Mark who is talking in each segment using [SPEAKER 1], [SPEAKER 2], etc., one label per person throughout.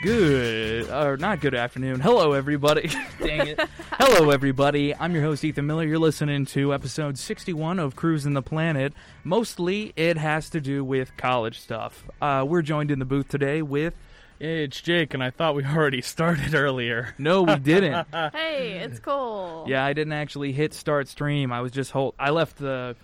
[SPEAKER 1] Good, or not good afternoon. Hello, everybody. Dang it. Hello, everybody. I'm your host, Ethan Miller. You're listening to episode 61 of Cruising the Planet. Mostly it has to do with college stuff. Uh, we're joined in the booth today with.
[SPEAKER 2] It's Jake, and I thought we already started earlier.
[SPEAKER 1] No, we didn't.
[SPEAKER 3] Hey, it's Cole.
[SPEAKER 1] yeah, I didn't actually hit start stream. I was just hold. I left the.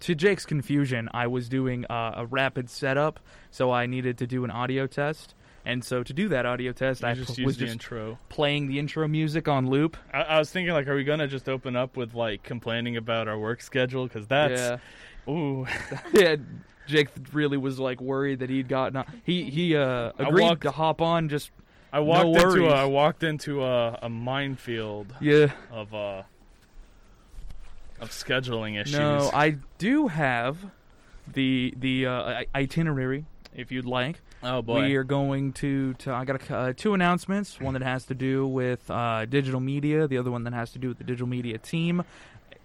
[SPEAKER 1] To Jake's confusion, I was doing uh, a rapid setup, so I needed to do an audio test. And so to do that audio test, I
[SPEAKER 2] I just
[SPEAKER 1] p-
[SPEAKER 2] used
[SPEAKER 1] was
[SPEAKER 2] the
[SPEAKER 1] just
[SPEAKER 2] intro.
[SPEAKER 1] playing the intro music on loop.
[SPEAKER 2] I, I was thinking, like, are we gonna just open up with like complaining about our work schedule? Because that's ooh.
[SPEAKER 1] yeah. yeah. Jake really was like worried that he'd gotten. He he uh,
[SPEAKER 2] I
[SPEAKER 1] agreed
[SPEAKER 2] walked-
[SPEAKER 1] to hop on. Just
[SPEAKER 2] I walked into
[SPEAKER 1] worries.
[SPEAKER 2] a, I walked into a, a minefield
[SPEAKER 1] yeah.
[SPEAKER 2] of uh of scheduling issues.
[SPEAKER 1] No, I do have the the uh, i- itinerary if you'd like.
[SPEAKER 2] oh boy.
[SPEAKER 1] We are going to, to I got a, uh, two announcements. One that has to do with uh, digital media. The other one that has to do with the digital media team.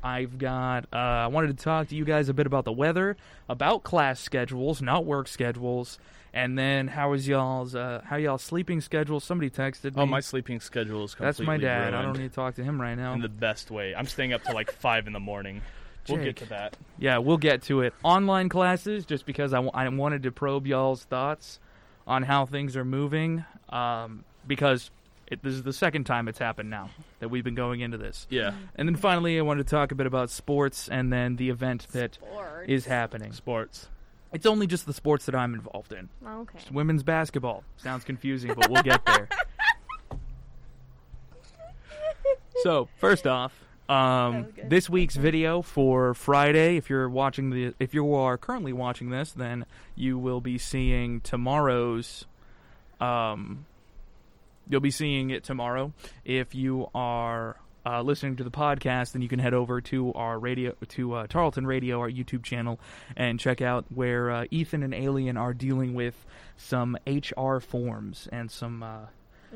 [SPEAKER 1] I've got. Uh, I wanted to talk to you guys a bit about the weather, about class schedules, not work schedules, and then how is y'all's uh, how y'all sleeping schedules? Somebody texted me.
[SPEAKER 2] oh, my sleeping schedule is
[SPEAKER 1] That's
[SPEAKER 2] completely
[SPEAKER 1] my dad. I
[SPEAKER 2] ruined
[SPEAKER 1] don't need to talk to him right now.
[SPEAKER 2] in the best way. I'm staying up till like five in the morning. We'll
[SPEAKER 1] Jake.
[SPEAKER 2] get to that.
[SPEAKER 1] Yeah, we'll get to it. Online classes, just because I wa- I wanted to probe y'all's thoughts on how things are moving, um, because it, this is the second time it's happened now that we've been going into this.
[SPEAKER 2] Yeah,
[SPEAKER 1] And then finally, I wanted to talk a bit about sports and then the event that
[SPEAKER 3] Sports.
[SPEAKER 1] is happening.
[SPEAKER 2] sports.
[SPEAKER 1] It's only just the sports that I'm involved in.
[SPEAKER 3] Oh, Okay.
[SPEAKER 1] It's women's basketball. Sounds confusing, but we'll get there. so first off um,
[SPEAKER 3] good.
[SPEAKER 1] this week's video for friday if you're watching the if you are currently watching this then you will be seeing tomorrow's um, you'll be seeing it tomorrow if you are uh, listening to the podcast then you can head over to our radio to uh, tarleton radio our youtube channel and check out where uh, ethan and alien are dealing with some hr forms and some uh,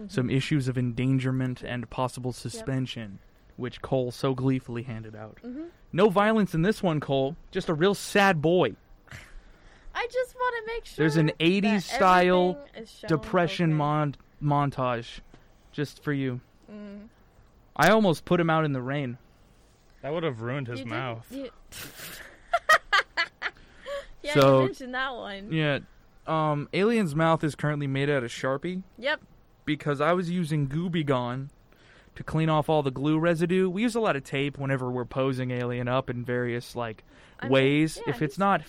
[SPEAKER 1] some issues of endangerment and possible suspension, which Cole so gleefully handed out. No violence in this one, Cole. Just a real sad boy.
[SPEAKER 3] I just want to make sure
[SPEAKER 1] There's an
[SPEAKER 3] that
[SPEAKER 1] 80s style
[SPEAKER 3] everything is shown
[SPEAKER 1] Depression
[SPEAKER 3] okay.
[SPEAKER 1] mon- montage, just for you. I almost put him out in the rain.
[SPEAKER 2] That would have ruined
[SPEAKER 3] You
[SPEAKER 2] his
[SPEAKER 3] didn't-
[SPEAKER 2] mouth.
[SPEAKER 3] you- yeah,
[SPEAKER 1] So-
[SPEAKER 3] you mentioned that one.
[SPEAKER 1] Yeah. Um, Alien's mouth is currently made out of Sharpie
[SPEAKER 3] Yep.
[SPEAKER 1] because I was using Gooby Gone to clean off all the glue residue. We use a lot of tape whenever we're posing Alien up in various like
[SPEAKER 3] I mean,
[SPEAKER 1] ways.
[SPEAKER 3] yeah,
[SPEAKER 1] if it's
[SPEAKER 3] he's-
[SPEAKER 1] not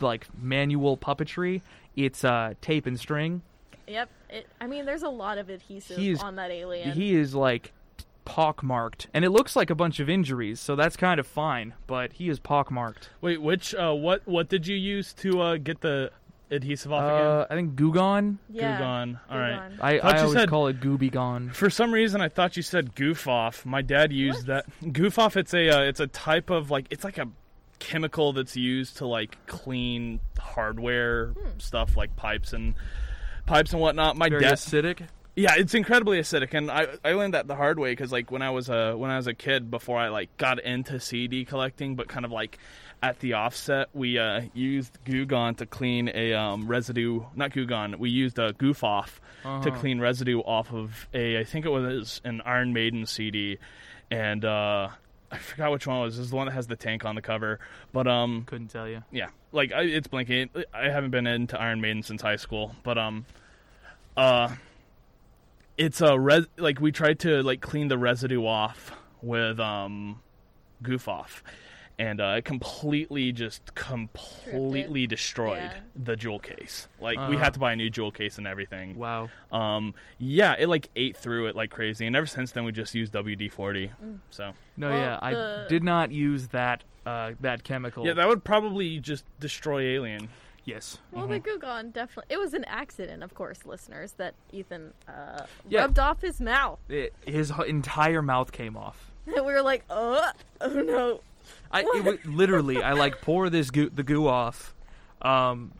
[SPEAKER 1] like manual puppetry, it's uh, tape and string.
[SPEAKER 3] Yep. It, I mean, there's a lot of adhesive
[SPEAKER 1] He is-
[SPEAKER 3] on that alien.
[SPEAKER 1] He is like pockmarked, and it looks like a bunch of injuries, so that's kind of fine. But he is pockmarked.
[SPEAKER 2] Wait, which uh, what what did you use to uh, get the adhesive off
[SPEAKER 1] Uh, I think Gugon.
[SPEAKER 2] again?
[SPEAKER 3] yeah.
[SPEAKER 2] Gugon. All right.
[SPEAKER 3] Gugon.
[SPEAKER 1] I,
[SPEAKER 2] Thought
[SPEAKER 1] I
[SPEAKER 2] you
[SPEAKER 1] always
[SPEAKER 2] said-
[SPEAKER 1] call it Gooby Gone.
[SPEAKER 2] For some reason, I thought you said goof off. My dad used that. Goof off. It's a uh, it's a type of like it's like a chemical that's used to like clean hardware stuff like pipes and pipes and whatnot. My
[SPEAKER 1] Very
[SPEAKER 2] dad.
[SPEAKER 1] acidic.
[SPEAKER 2] Yeah, it's incredibly acidic, and I I learned that the hard way because like when I was a when I was a kid before I like got into CD collecting, but kind of like at the offset we uh, used Goo Gone to clean a um, residue, not Goo Gone, we used a Goof Off to
[SPEAKER 1] Uh-huh.
[SPEAKER 2] clean residue off of a I think it was an Iron Maiden CD, and uh, I forgot which one it was. This is the one that has the tank on the cover, but um
[SPEAKER 1] Couldn't tell you.
[SPEAKER 2] yeah like I, it's blinking i haven't been into iron maiden since high school but um uh it's a res like we tried to like clean the residue off with um goof off and uh it completely just completely destroyed
[SPEAKER 3] Yeah.
[SPEAKER 2] the jewel case like we
[SPEAKER 1] Uh-huh.
[SPEAKER 2] had to buy a new jewel case and everything
[SPEAKER 1] Wow.
[SPEAKER 2] um yeah it like ate through it like crazy and ever since then we just used wd-40 so
[SPEAKER 1] No,
[SPEAKER 3] Well,
[SPEAKER 1] yeah,
[SPEAKER 3] the-
[SPEAKER 1] I did not use that uh, that chemical.
[SPEAKER 2] yeah that would probably just destroy alien
[SPEAKER 1] yes.
[SPEAKER 3] Well, the Gugon definitely. It was an accident, of course, listeners, that Ethan uh,
[SPEAKER 1] Yeah.
[SPEAKER 3] rubbed off his mouth.
[SPEAKER 1] It, his h- entire mouth came off.
[SPEAKER 3] we were like, oh, oh no.
[SPEAKER 1] I it, w- literally, I like pour this goo, the goo off, um,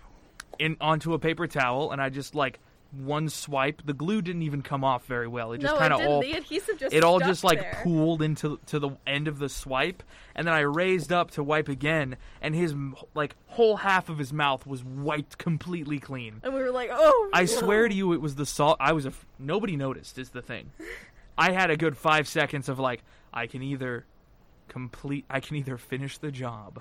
[SPEAKER 1] in onto a paper towel, and I just like one swipe, the glue didn't even come off very well. It just
[SPEAKER 3] no,
[SPEAKER 1] kind
[SPEAKER 3] it
[SPEAKER 1] of
[SPEAKER 3] didn't.
[SPEAKER 1] all
[SPEAKER 3] the adhesive just
[SPEAKER 1] it all
[SPEAKER 3] stuck
[SPEAKER 1] just like
[SPEAKER 3] there.
[SPEAKER 1] pooled into to the end of the swipe, and then I raised up to wipe again, and his m- like whole half of his mouth was wiped completely clean.
[SPEAKER 3] And we were like, oh.
[SPEAKER 1] I swear to you, it was the salt. I was a f- nobody noticed is the thing. I had a good five seconds of like I can either complete, I can either finish the job,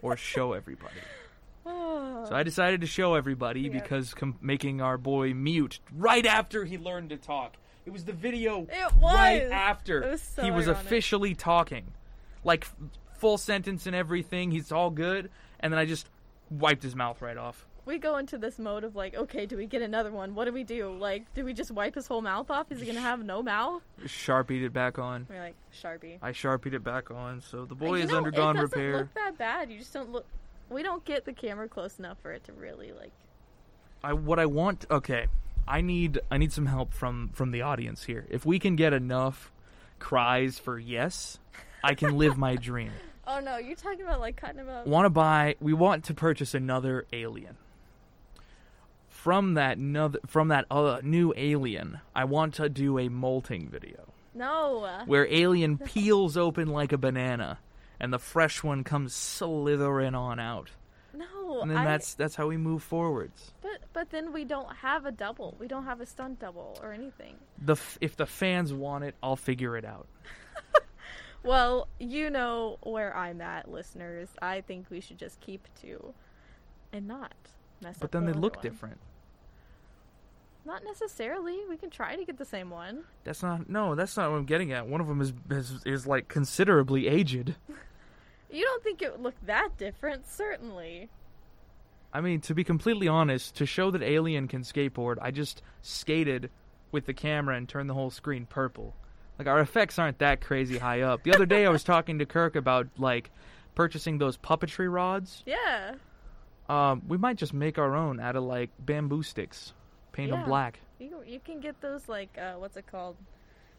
[SPEAKER 1] or show everybody.
[SPEAKER 3] Oh.
[SPEAKER 1] So I decided to show everybody
[SPEAKER 3] Yeah.
[SPEAKER 1] because com- making our boy mute right after he learned to talk. It was the video
[SPEAKER 3] It
[SPEAKER 1] right
[SPEAKER 3] was.
[SPEAKER 1] after
[SPEAKER 3] It was so
[SPEAKER 1] he was
[SPEAKER 3] ironic.
[SPEAKER 1] officially talking, like f- full sentence and everything. He's all good, and then I just wiped his mouth right off.
[SPEAKER 3] we go into this mode of like, okay, do we get another one? What do we do? Like, do we just wipe his whole mouth off? Is he gonna have no mouth?
[SPEAKER 1] Sharpied it back on.
[SPEAKER 3] We're like, Sharpie.
[SPEAKER 1] I sharpied it back on, so the
[SPEAKER 3] You
[SPEAKER 1] boy has
[SPEAKER 3] know,
[SPEAKER 1] undergone
[SPEAKER 3] it doesn't
[SPEAKER 1] repair.
[SPEAKER 3] Look that bad. You just don't look. We don't get the camera close enough for it to really like.
[SPEAKER 1] I what I want. Okay, I need I need some help from from the audience here. If we can get enough cries for yes, I can live my dream.
[SPEAKER 3] Oh no, you're talking about like cutting him up.
[SPEAKER 1] want to buy we want to purchase another alien from that another from that uh, new alien i want to do a molting video
[SPEAKER 3] No.
[SPEAKER 1] where alien peels open like a banana and the fresh one comes slithering on out
[SPEAKER 3] No.
[SPEAKER 1] and then
[SPEAKER 3] I,
[SPEAKER 1] that's that's how we move forwards
[SPEAKER 3] But but then we don't have a double. We don't have a stunt double or anything.
[SPEAKER 1] the f- if the fans want it i'll figure it out
[SPEAKER 3] Well, you know where I'm at, listeners. I think we should just keep to, and not mess up.
[SPEAKER 1] but then
[SPEAKER 3] the
[SPEAKER 1] they
[SPEAKER 3] other
[SPEAKER 1] look
[SPEAKER 3] one.
[SPEAKER 1] different
[SPEAKER 3] Not necessarily. We can try to get the same one.
[SPEAKER 1] that's not no that's not what i'm getting at one of them is is, is like considerably aged
[SPEAKER 3] You don't think it would look that different? Certainly.
[SPEAKER 1] I mean, to be completely honest, to show that Alien can skateboard, I just skated with the camera and turned the whole screen purple. Like our effects aren't that crazy high up. The other day I was talking to Kirk about like purchasing those puppetry rods.
[SPEAKER 3] Yeah.
[SPEAKER 1] Um, we might just make our own out of like bamboo sticks, paint them
[SPEAKER 3] Yeah.
[SPEAKER 1] black.
[SPEAKER 3] You you can get those like uh, what's it called,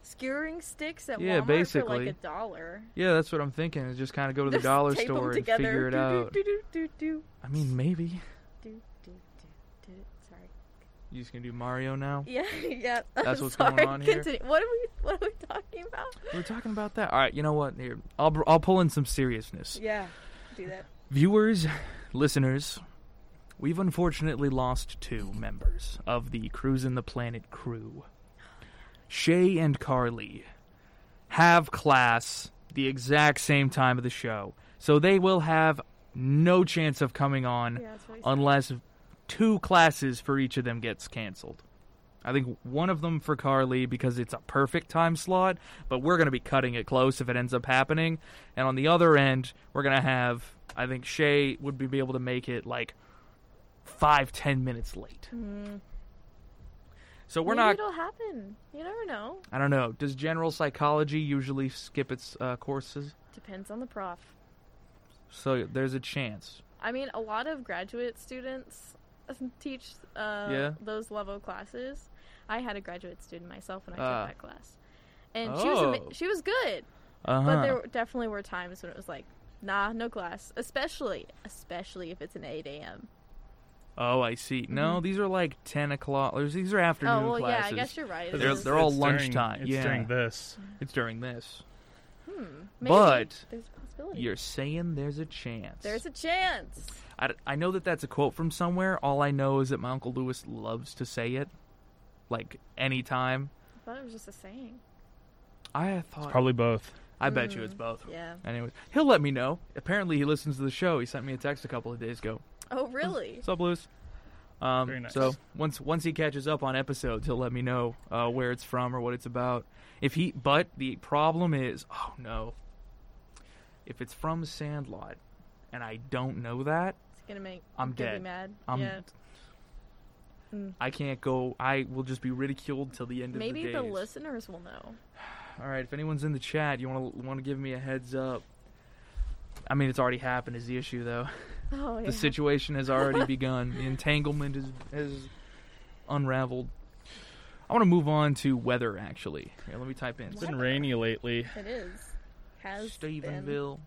[SPEAKER 3] skewering sticks at
[SPEAKER 1] Yeah,
[SPEAKER 3] Walmart for
[SPEAKER 1] basically.
[SPEAKER 3] like a dollar.
[SPEAKER 1] Yeah, that's what I'm thinking. Is just kind of go to the
[SPEAKER 3] Just
[SPEAKER 1] dollar
[SPEAKER 3] tape 'em
[SPEAKER 1] store and
[SPEAKER 3] together.
[SPEAKER 1] figure it
[SPEAKER 3] Do,
[SPEAKER 1] out.
[SPEAKER 3] Do, do, do, do,
[SPEAKER 1] I mean, maybe
[SPEAKER 3] do, do, do, do, do. Sorry.
[SPEAKER 1] you just gonna do Mario now.
[SPEAKER 3] Yeah, yeah.
[SPEAKER 1] That's
[SPEAKER 3] I'm
[SPEAKER 1] what's
[SPEAKER 3] sorry.
[SPEAKER 1] going on here.
[SPEAKER 3] Continue. What are we what are we talking about?
[SPEAKER 1] We We're talking about that. All right, you know what? Here, I'll br- I'll pull in some seriousness.
[SPEAKER 3] Yeah. Do that.
[SPEAKER 1] Viewers, listeners, we've unfortunately lost two members of the Cruisin' the Planet crew. Shay and Carly have class the exact same time of the show, so they will have no chance of coming on
[SPEAKER 3] Yeah, that's what I said.
[SPEAKER 1] unless two classes for each of them gets canceled. I think one of them for Carly because it's a perfect time slot, but we're going to be cutting it close if it ends up happening. And on the other end, we're going to have I think Shay would be able to make it like five ten minutes late. So we're
[SPEAKER 3] Hmm. Maybe
[SPEAKER 1] not.
[SPEAKER 3] It'll happen. You never know.
[SPEAKER 1] I don't know. Does general psychology usually skip its uh, courses?
[SPEAKER 3] Depends on the prof.
[SPEAKER 1] So there's a chance.
[SPEAKER 3] I mean, a lot of graduate students teach uh,
[SPEAKER 1] Yeah.
[SPEAKER 3] those level classes. I had a graduate student myself when I took
[SPEAKER 1] Ah.
[SPEAKER 3] that class, and she was ama-
[SPEAKER 1] Oh.
[SPEAKER 3] she was good,
[SPEAKER 1] Uh
[SPEAKER 3] but
[SPEAKER 1] huh.
[SPEAKER 3] there were- definitely were times when it was like, nah, no class, especially especially if it's an eight a.m.
[SPEAKER 1] Oh, I see. No, these are like ten o'clock. These are afternoon
[SPEAKER 3] Mm-hmm. oh well,
[SPEAKER 1] classes.
[SPEAKER 3] yeah, I guess you're right. It
[SPEAKER 1] They're-
[SPEAKER 3] is-
[SPEAKER 1] they're all
[SPEAKER 2] during-
[SPEAKER 1] lunchtime,
[SPEAKER 2] It's
[SPEAKER 1] yeah.
[SPEAKER 2] during this.
[SPEAKER 1] It's during this.
[SPEAKER 3] maybe
[SPEAKER 1] but
[SPEAKER 3] there's a possibility.
[SPEAKER 1] You're saying there's a chance.
[SPEAKER 3] There's a chance.
[SPEAKER 1] I, I know that that's a quote from somewhere. All I know is that my Uncle Lewis loves to say it. Like, anytime.
[SPEAKER 3] I thought it was just a saying.
[SPEAKER 1] I thought.
[SPEAKER 2] Probably both.
[SPEAKER 1] I bet you it's both.
[SPEAKER 3] Yeah.
[SPEAKER 1] Anyways, he'll let me know. Apparently, he listens to the show. He sent me a text a couple of days ago.
[SPEAKER 3] Oh really?
[SPEAKER 1] What's up, Lewis? Um,
[SPEAKER 2] Very nice.
[SPEAKER 1] So once once he catches up on episodes, he'll let me know uh, where it's from or what it's about. If he, but the problem is, oh no. If it's from Sandlot, and I don't know that,
[SPEAKER 3] It's gonna make.
[SPEAKER 1] I'm
[SPEAKER 3] gonna
[SPEAKER 1] dead.
[SPEAKER 3] Be mad.
[SPEAKER 1] I'm-
[SPEAKER 3] yeah.
[SPEAKER 1] I can't go. I will just be ridiculed till the end
[SPEAKER 3] Maybe
[SPEAKER 1] of
[SPEAKER 3] the
[SPEAKER 1] days.
[SPEAKER 3] listeners will know.
[SPEAKER 1] All right, if anyone's in the chat, you want to want to give me a heads up. I mean, it's already happened. Is the issue though?
[SPEAKER 3] Oh yeah.
[SPEAKER 1] The situation has already begun. The entanglement is has unraveled. I want to move on to weather. Actually, here, let me type in
[SPEAKER 2] It's been rainy lately.
[SPEAKER 3] It is. Has been.
[SPEAKER 1] Stephenville.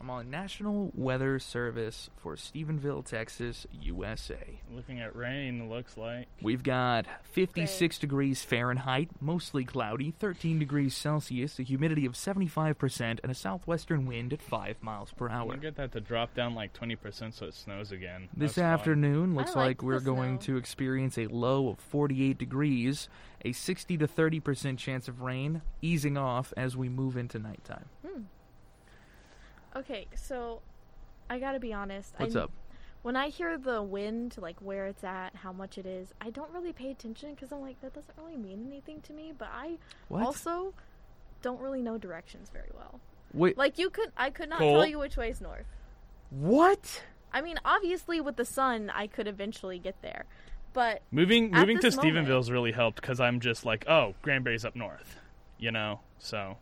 [SPEAKER 1] I'm on National Weather Service for Stephenville, Texas, USA.
[SPEAKER 2] Looking at rain, looks like.
[SPEAKER 1] We've got 56 degrees Fahrenheit, mostly cloudy, 13 degrees Celsius, a humidity of 75%, and a southwestern wind at 5 miles per hour.
[SPEAKER 2] We get that to drop down like 20% so it snows again.
[SPEAKER 1] This
[SPEAKER 2] That's fun.
[SPEAKER 1] afternoon looks
[SPEAKER 3] I like
[SPEAKER 1] like, we're
[SPEAKER 3] the
[SPEAKER 1] going
[SPEAKER 3] snow.
[SPEAKER 1] to experience a low of 48 degrees, a 60 to 30% chance of rain, easing off as we move into nighttime.
[SPEAKER 3] Okay, so I gotta be honest.
[SPEAKER 1] What's
[SPEAKER 3] I,
[SPEAKER 1] up?
[SPEAKER 3] When I hear the wind, like where it's at, how much it is, I don't really pay attention because I'm like, that doesn't really mean anything to me. But I
[SPEAKER 1] What?
[SPEAKER 3] also don't really know directions very well.
[SPEAKER 1] Wait,
[SPEAKER 3] Like you could, I could not
[SPEAKER 2] Cool.
[SPEAKER 3] tell you which way is north.
[SPEAKER 1] what?
[SPEAKER 3] I mean, obviously with the sun, I could eventually get there, but
[SPEAKER 2] Moving
[SPEAKER 3] At
[SPEAKER 2] moving to
[SPEAKER 3] this moment-
[SPEAKER 2] Stephenville's really helped because I'm just like, oh, Granbury's up north, you know. So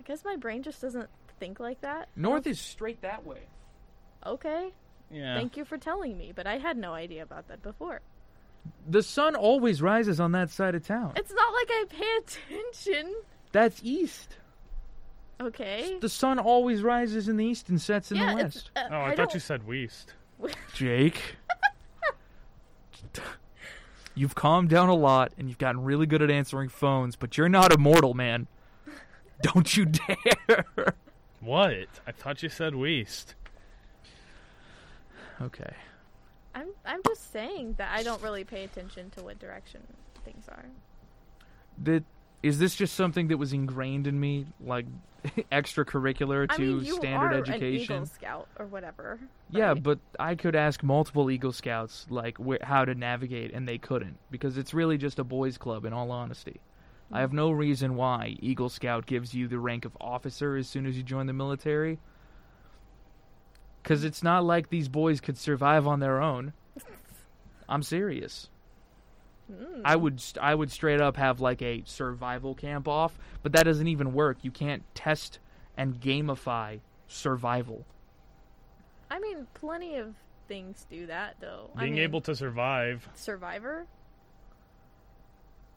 [SPEAKER 3] I guess my brain just doesn't think like that.
[SPEAKER 1] North is straight that way.
[SPEAKER 3] Okay,
[SPEAKER 2] yeah,
[SPEAKER 3] thank you for telling me, but I had no idea about that before.
[SPEAKER 1] The sun always rises on that side of town.
[SPEAKER 3] It's not like I pay attention.
[SPEAKER 1] That's east.
[SPEAKER 3] Okay.
[SPEAKER 1] The sun always rises in the east and sets in
[SPEAKER 3] yeah,
[SPEAKER 1] the
[SPEAKER 3] it's-
[SPEAKER 1] west.
[SPEAKER 3] uh,
[SPEAKER 2] oh, I,
[SPEAKER 3] don't-
[SPEAKER 2] thought you said Weast.
[SPEAKER 1] Jake. you've calmed down a lot and you've gotten really good at answering phones, but you're not immortal, man. Don't you dare.
[SPEAKER 2] What? I thought you said Weast.
[SPEAKER 1] Okay.
[SPEAKER 3] I'm I'm just saying that I don't really pay attention to what direction things are.
[SPEAKER 1] Did is this just something that was ingrained in me like extracurricular to
[SPEAKER 3] I mean, you
[SPEAKER 1] standard
[SPEAKER 3] are
[SPEAKER 1] education?
[SPEAKER 3] an Eagle Scout or whatever.
[SPEAKER 1] Yeah,
[SPEAKER 3] right?
[SPEAKER 1] but I could ask multiple Eagle Scouts like wh- how to navigate, and they couldn't because it's really just a boys' club. In all honesty, I have no reason why Eagle Scout gives you the rank of officer as soon as you join the military. Because it's not like these boys could survive on their own. I'm serious.
[SPEAKER 3] Mm.
[SPEAKER 1] I would st- I would straight up have like a survival camp off, but that doesn't even work. You can't test and gamify survival.
[SPEAKER 3] I mean, plenty of things do that though. I
[SPEAKER 2] Being
[SPEAKER 3] mean,
[SPEAKER 2] able to survive.
[SPEAKER 3] Survivor.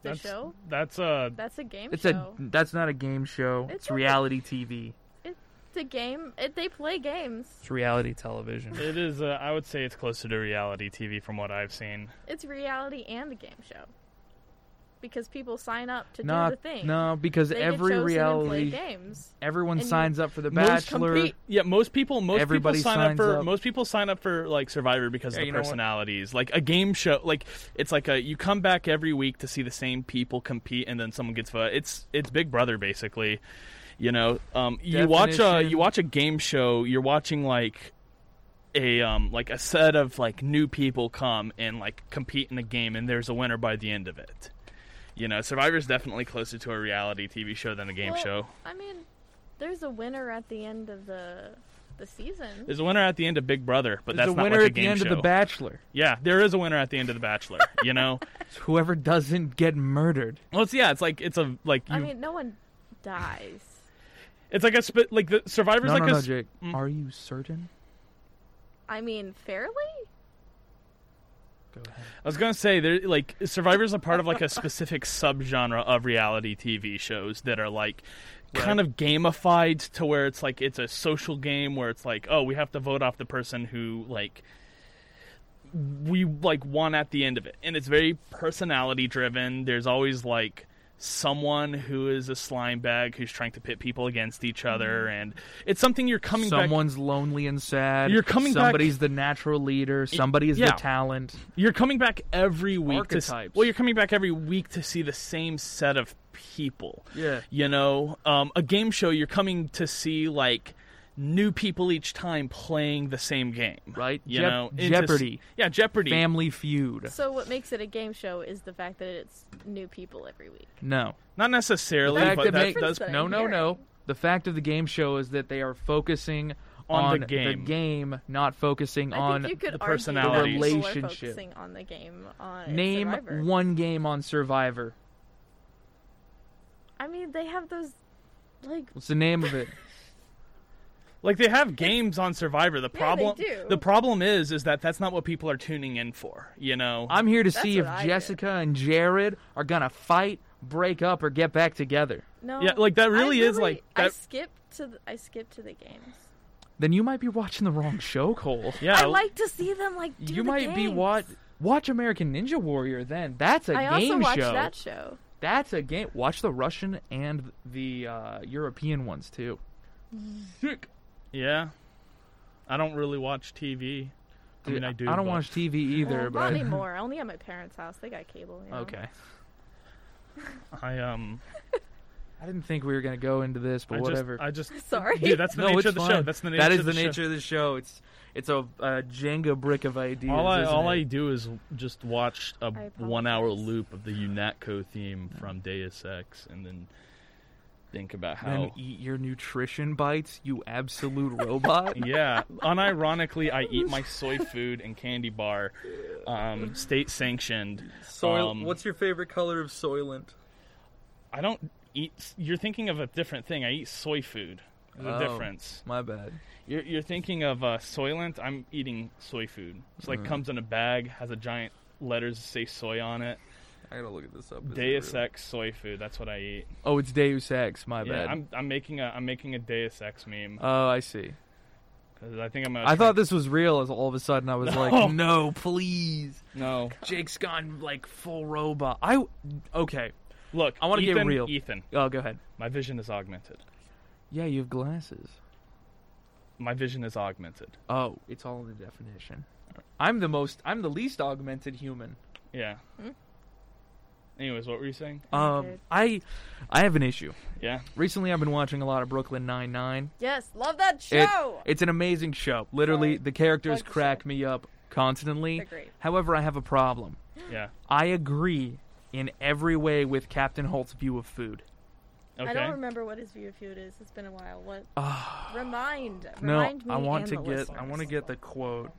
[SPEAKER 3] The
[SPEAKER 2] That's,
[SPEAKER 3] show.
[SPEAKER 2] That's uh,
[SPEAKER 3] That's a game
[SPEAKER 1] It's
[SPEAKER 3] show.
[SPEAKER 1] a that's not a game show. It's,
[SPEAKER 3] It's not a-
[SPEAKER 1] reality TV.
[SPEAKER 3] It's a game. It, they play games.
[SPEAKER 1] It's reality television.
[SPEAKER 2] it is. Uh, I would say it's closer to reality TV from what I've seen.
[SPEAKER 3] It's reality and a game show. Because people sign up to
[SPEAKER 1] Not
[SPEAKER 3] do the thing.
[SPEAKER 1] no, because
[SPEAKER 3] They get
[SPEAKER 1] every
[SPEAKER 3] chosen and
[SPEAKER 1] reality,
[SPEAKER 3] play games.
[SPEAKER 1] everyone
[SPEAKER 3] and you
[SPEAKER 1] signs up for The
[SPEAKER 2] Most
[SPEAKER 1] Bachelor.
[SPEAKER 2] compete- yeah, most people. Most
[SPEAKER 1] Everybody
[SPEAKER 2] people sign up
[SPEAKER 1] signs
[SPEAKER 2] for.
[SPEAKER 1] up.
[SPEAKER 2] Most people sign up for like Survivor because
[SPEAKER 1] Yeah,
[SPEAKER 2] of
[SPEAKER 1] you
[SPEAKER 2] the
[SPEAKER 1] know what?
[SPEAKER 2] personalities. Like a game show. Like it's like a you come back every week to see the same people compete, and then someone gets voted. It's it's Big Brother basically. You know, um, you watch a
[SPEAKER 1] Definition.
[SPEAKER 2] you watch a game show. You're watching like a um like a set of like new people come and like compete in a game, and there's a winner by the end of it. You know, Survivor's definitely closer to a reality TV show than a game
[SPEAKER 3] Well,
[SPEAKER 2] show.
[SPEAKER 3] I mean, there's a winner at the end of the the season.
[SPEAKER 2] There's a winner at the end of Big Brother, but
[SPEAKER 1] There's
[SPEAKER 2] that's
[SPEAKER 1] a
[SPEAKER 2] not
[SPEAKER 1] winner
[SPEAKER 2] like a
[SPEAKER 1] at the
[SPEAKER 2] game
[SPEAKER 1] end
[SPEAKER 2] show.
[SPEAKER 1] of The Bachelor.
[SPEAKER 2] yeah, there is a winner at the end of The Bachelor. You know,
[SPEAKER 1] It's whoever doesn't get murdered.
[SPEAKER 2] well, it's yeah, it's like it's a like you,
[SPEAKER 3] I mean, no one dies.
[SPEAKER 2] it's like a sp- like the Survivor's
[SPEAKER 1] no,
[SPEAKER 2] like
[SPEAKER 1] no,
[SPEAKER 2] a
[SPEAKER 1] no,
[SPEAKER 2] s-
[SPEAKER 1] Jake.
[SPEAKER 2] Mm.
[SPEAKER 1] Are you certain?
[SPEAKER 3] I mean, fairly?
[SPEAKER 1] Go ahead.
[SPEAKER 2] I was gonna say there like Survivor's a part of like a specific subgenre of reality TV shows that are like kind
[SPEAKER 1] Right.
[SPEAKER 2] of gamified to where it's like it's a social game where it's like oh we have to vote off the person who like we like won at the end of it and it's very personality driven there's always like someone who is a slime bag who's trying to pit people against each other and it's something you're coming back
[SPEAKER 1] Someone's lonely and sad.
[SPEAKER 2] You're coming back-
[SPEAKER 1] Somebody's the natural leader. Somebody's
[SPEAKER 2] yeah.
[SPEAKER 1] the talent.
[SPEAKER 2] You're coming back every week to
[SPEAKER 1] Archetypes.
[SPEAKER 2] s- well, you're coming back every week to see the same set of people.
[SPEAKER 1] Yeah.
[SPEAKER 2] You know, um, a game show you're coming to see like new people each time playing the same game,
[SPEAKER 1] Right.
[SPEAKER 2] You
[SPEAKER 1] Jep-
[SPEAKER 2] know, into s-
[SPEAKER 1] Jeopardy.
[SPEAKER 2] yeah, Jeopardy.
[SPEAKER 1] Family Feud.
[SPEAKER 3] So what makes it a game show is the fact that it's new people every week.
[SPEAKER 1] No.
[SPEAKER 2] Not necessarily,
[SPEAKER 1] The fact
[SPEAKER 2] but
[SPEAKER 1] that
[SPEAKER 2] that
[SPEAKER 1] make-
[SPEAKER 2] does.
[SPEAKER 3] That
[SPEAKER 1] no,
[SPEAKER 3] I'm
[SPEAKER 1] no, no.
[SPEAKER 3] hearing.
[SPEAKER 1] The fact of the game show is that they are focusing
[SPEAKER 2] On the
[SPEAKER 1] on,
[SPEAKER 2] game.
[SPEAKER 1] game, not focusing
[SPEAKER 3] I
[SPEAKER 1] on.
[SPEAKER 3] think you could
[SPEAKER 2] the
[SPEAKER 3] argue that
[SPEAKER 2] personalities.
[SPEAKER 3] people are
[SPEAKER 1] Relationship.
[SPEAKER 3] focusing on the game on
[SPEAKER 1] Name
[SPEAKER 3] Survivor.
[SPEAKER 1] one game on Survivor.
[SPEAKER 3] I mean, they have those like
[SPEAKER 1] What's the name of it?
[SPEAKER 2] Like they have games on Survivor. The
[SPEAKER 3] they
[SPEAKER 2] problem,
[SPEAKER 3] do.
[SPEAKER 2] the problem is, is that that's not what people are tuning in for. You know,
[SPEAKER 1] I'm here to
[SPEAKER 3] That's
[SPEAKER 1] see if
[SPEAKER 3] what I did.
[SPEAKER 1] Jessica and Jared are gonna fight, break up, or get back together.
[SPEAKER 3] no.
[SPEAKER 2] Yeah, like, that
[SPEAKER 3] I
[SPEAKER 2] really is, like,
[SPEAKER 3] I
[SPEAKER 2] that-
[SPEAKER 3] skip to the, I skip to the games.
[SPEAKER 1] then you might be watching the wrong show, Cole.
[SPEAKER 2] Yeah,
[SPEAKER 3] I like to see them like do
[SPEAKER 1] you
[SPEAKER 3] the
[SPEAKER 1] might be
[SPEAKER 3] games.
[SPEAKER 1] watch watch American Ninja Warrior. Then that's a
[SPEAKER 3] I
[SPEAKER 1] game
[SPEAKER 3] also watched
[SPEAKER 1] show.
[SPEAKER 3] that show.
[SPEAKER 1] That's a game. Watch the Russian and the uh, European ones too.
[SPEAKER 3] Mm.
[SPEAKER 1] Sick.
[SPEAKER 2] yeah. I don't really watch TV. I
[SPEAKER 1] Dude,
[SPEAKER 2] mean, I do.
[SPEAKER 1] don't
[SPEAKER 2] but-
[SPEAKER 1] watch TV either,
[SPEAKER 3] well,
[SPEAKER 1] but
[SPEAKER 3] not anymore. Only at my parents' house. They got cable. You know?
[SPEAKER 1] okay.
[SPEAKER 2] I um.
[SPEAKER 1] I didn't think we were gonna go into this, but
[SPEAKER 2] I
[SPEAKER 1] whatever.
[SPEAKER 2] Just, I just.
[SPEAKER 3] Sorry.
[SPEAKER 2] Dude, that's the
[SPEAKER 1] no,
[SPEAKER 2] nature
[SPEAKER 1] it's
[SPEAKER 2] of the
[SPEAKER 1] fine.
[SPEAKER 2] show. That's the nature.
[SPEAKER 1] That is
[SPEAKER 2] of
[SPEAKER 1] the,
[SPEAKER 2] the, show.
[SPEAKER 1] nature of the show. It's it's a uh, Jenga brick of ideas.
[SPEAKER 2] All I
[SPEAKER 1] isn't
[SPEAKER 2] all
[SPEAKER 1] it?
[SPEAKER 2] I do is just watch a
[SPEAKER 3] I
[SPEAKER 2] one hour
[SPEAKER 3] apologize.
[SPEAKER 2] loop of the UNATCO theme from Deus Ex, and then think about
[SPEAKER 1] Then
[SPEAKER 2] how.
[SPEAKER 1] eat your nutrition bites, you absolute robot.
[SPEAKER 2] yeah, unironically, I eat my soy food and candy bar, um, state sanctioned.
[SPEAKER 1] Soil.
[SPEAKER 2] Um,
[SPEAKER 1] what's your favorite color of Soylent?
[SPEAKER 2] I don't eat. You're thinking of a different thing. I eat soy food. There's
[SPEAKER 1] Oh.
[SPEAKER 2] a difference.
[SPEAKER 1] My bad.
[SPEAKER 2] You're, you're thinking of uh, Soylent. I'm eating soy food. It's
[SPEAKER 1] Mm.
[SPEAKER 2] like comes in a bag, has a giant letters that say soy on it.
[SPEAKER 1] I gotta look at this up. Is it
[SPEAKER 2] Deus
[SPEAKER 1] real?
[SPEAKER 2] Ex soy food. That's what I eat.
[SPEAKER 1] Oh, it's Deus Ex. My
[SPEAKER 2] Yeah,
[SPEAKER 1] bad.
[SPEAKER 2] I'm, I'm making a I'm making a Deus Ex meme.
[SPEAKER 1] Oh, I see.
[SPEAKER 2] 'cause I think I'm. Gonna
[SPEAKER 1] I
[SPEAKER 2] try-
[SPEAKER 1] thought this was real. As all of a sudden, I was
[SPEAKER 2] No.
[SPEAKER 1] like, "No, please."
[SPEAKER 2] no.
[SPEAKER 1] Jake's gone like full robot. I okay.
[SPEAKER 2] Look,
[SPEAKER 1] I wanna get
[SPEAKER 2] Ethan,
[SPEAKER 1] real.
[SPEAKER 2] Ethan,
[SPEAKER 1] Oh, go ahead.
[SPEAKER 2] my vision is augmented.
[SPEAKER 1] Yeah, you have glasses.
[SPEAKER 2] My vision is augmented.
[SPEAKER 1] Oh, it's all in the definition. I'm the most. I'm the least augmented human.
[SPEAKER 2] Yeah.
[SPEAKER 3] Hmm?
[SPEAKER 2] Anyways, what were you saying?
[SPEAKER 1] Um,
[SPEAKER 3] Okay.
[SPEAKER 1] I, I have an issue.
[SPEAKER 2] Yeah.
[SPEAKER 1] Recently, I've been watching a lot of Brooklyn Nine Nine.
[SPEAKER 3] Yes, love that
[SPEAKER 1] It,
[SPEAKER 3] show.
[SPEAKER 1] it's an amazing show. Literally,
[SPEAKER 3] Sorry.
[SPEAKER 1] the characters
[SPEAKER 3] Like the
[SPEAKER 1] crack
[SPEAKER 3] show.
[SPEAKER 1] me up constantly.
[SPEAKER 3] They're great.
[SPEAKER 1] However, I have a problem.
[SPEAKER 2] Yeah.
[SPEAKER 1] I agree in every way with Captain Holt's view of food.
[SPEAKER 2] Okay.
[SPEAKER 3] I don't remember what his view of food is. It's been a while. What?
[SPEAKER 1] Ah,
[SPEAKER 3] Remind.
[SPEAKER 1] no,
[SPEAKER 3] remind me
[SPEAKER 1] I want
[SPEAKER 3] and
[SPEAKER 1] to
[SPEAKER 3] the
[SPEAKER 1] get. I
[SPEAKER 3] listeners.
[SPEAKER 1] want to get the quote.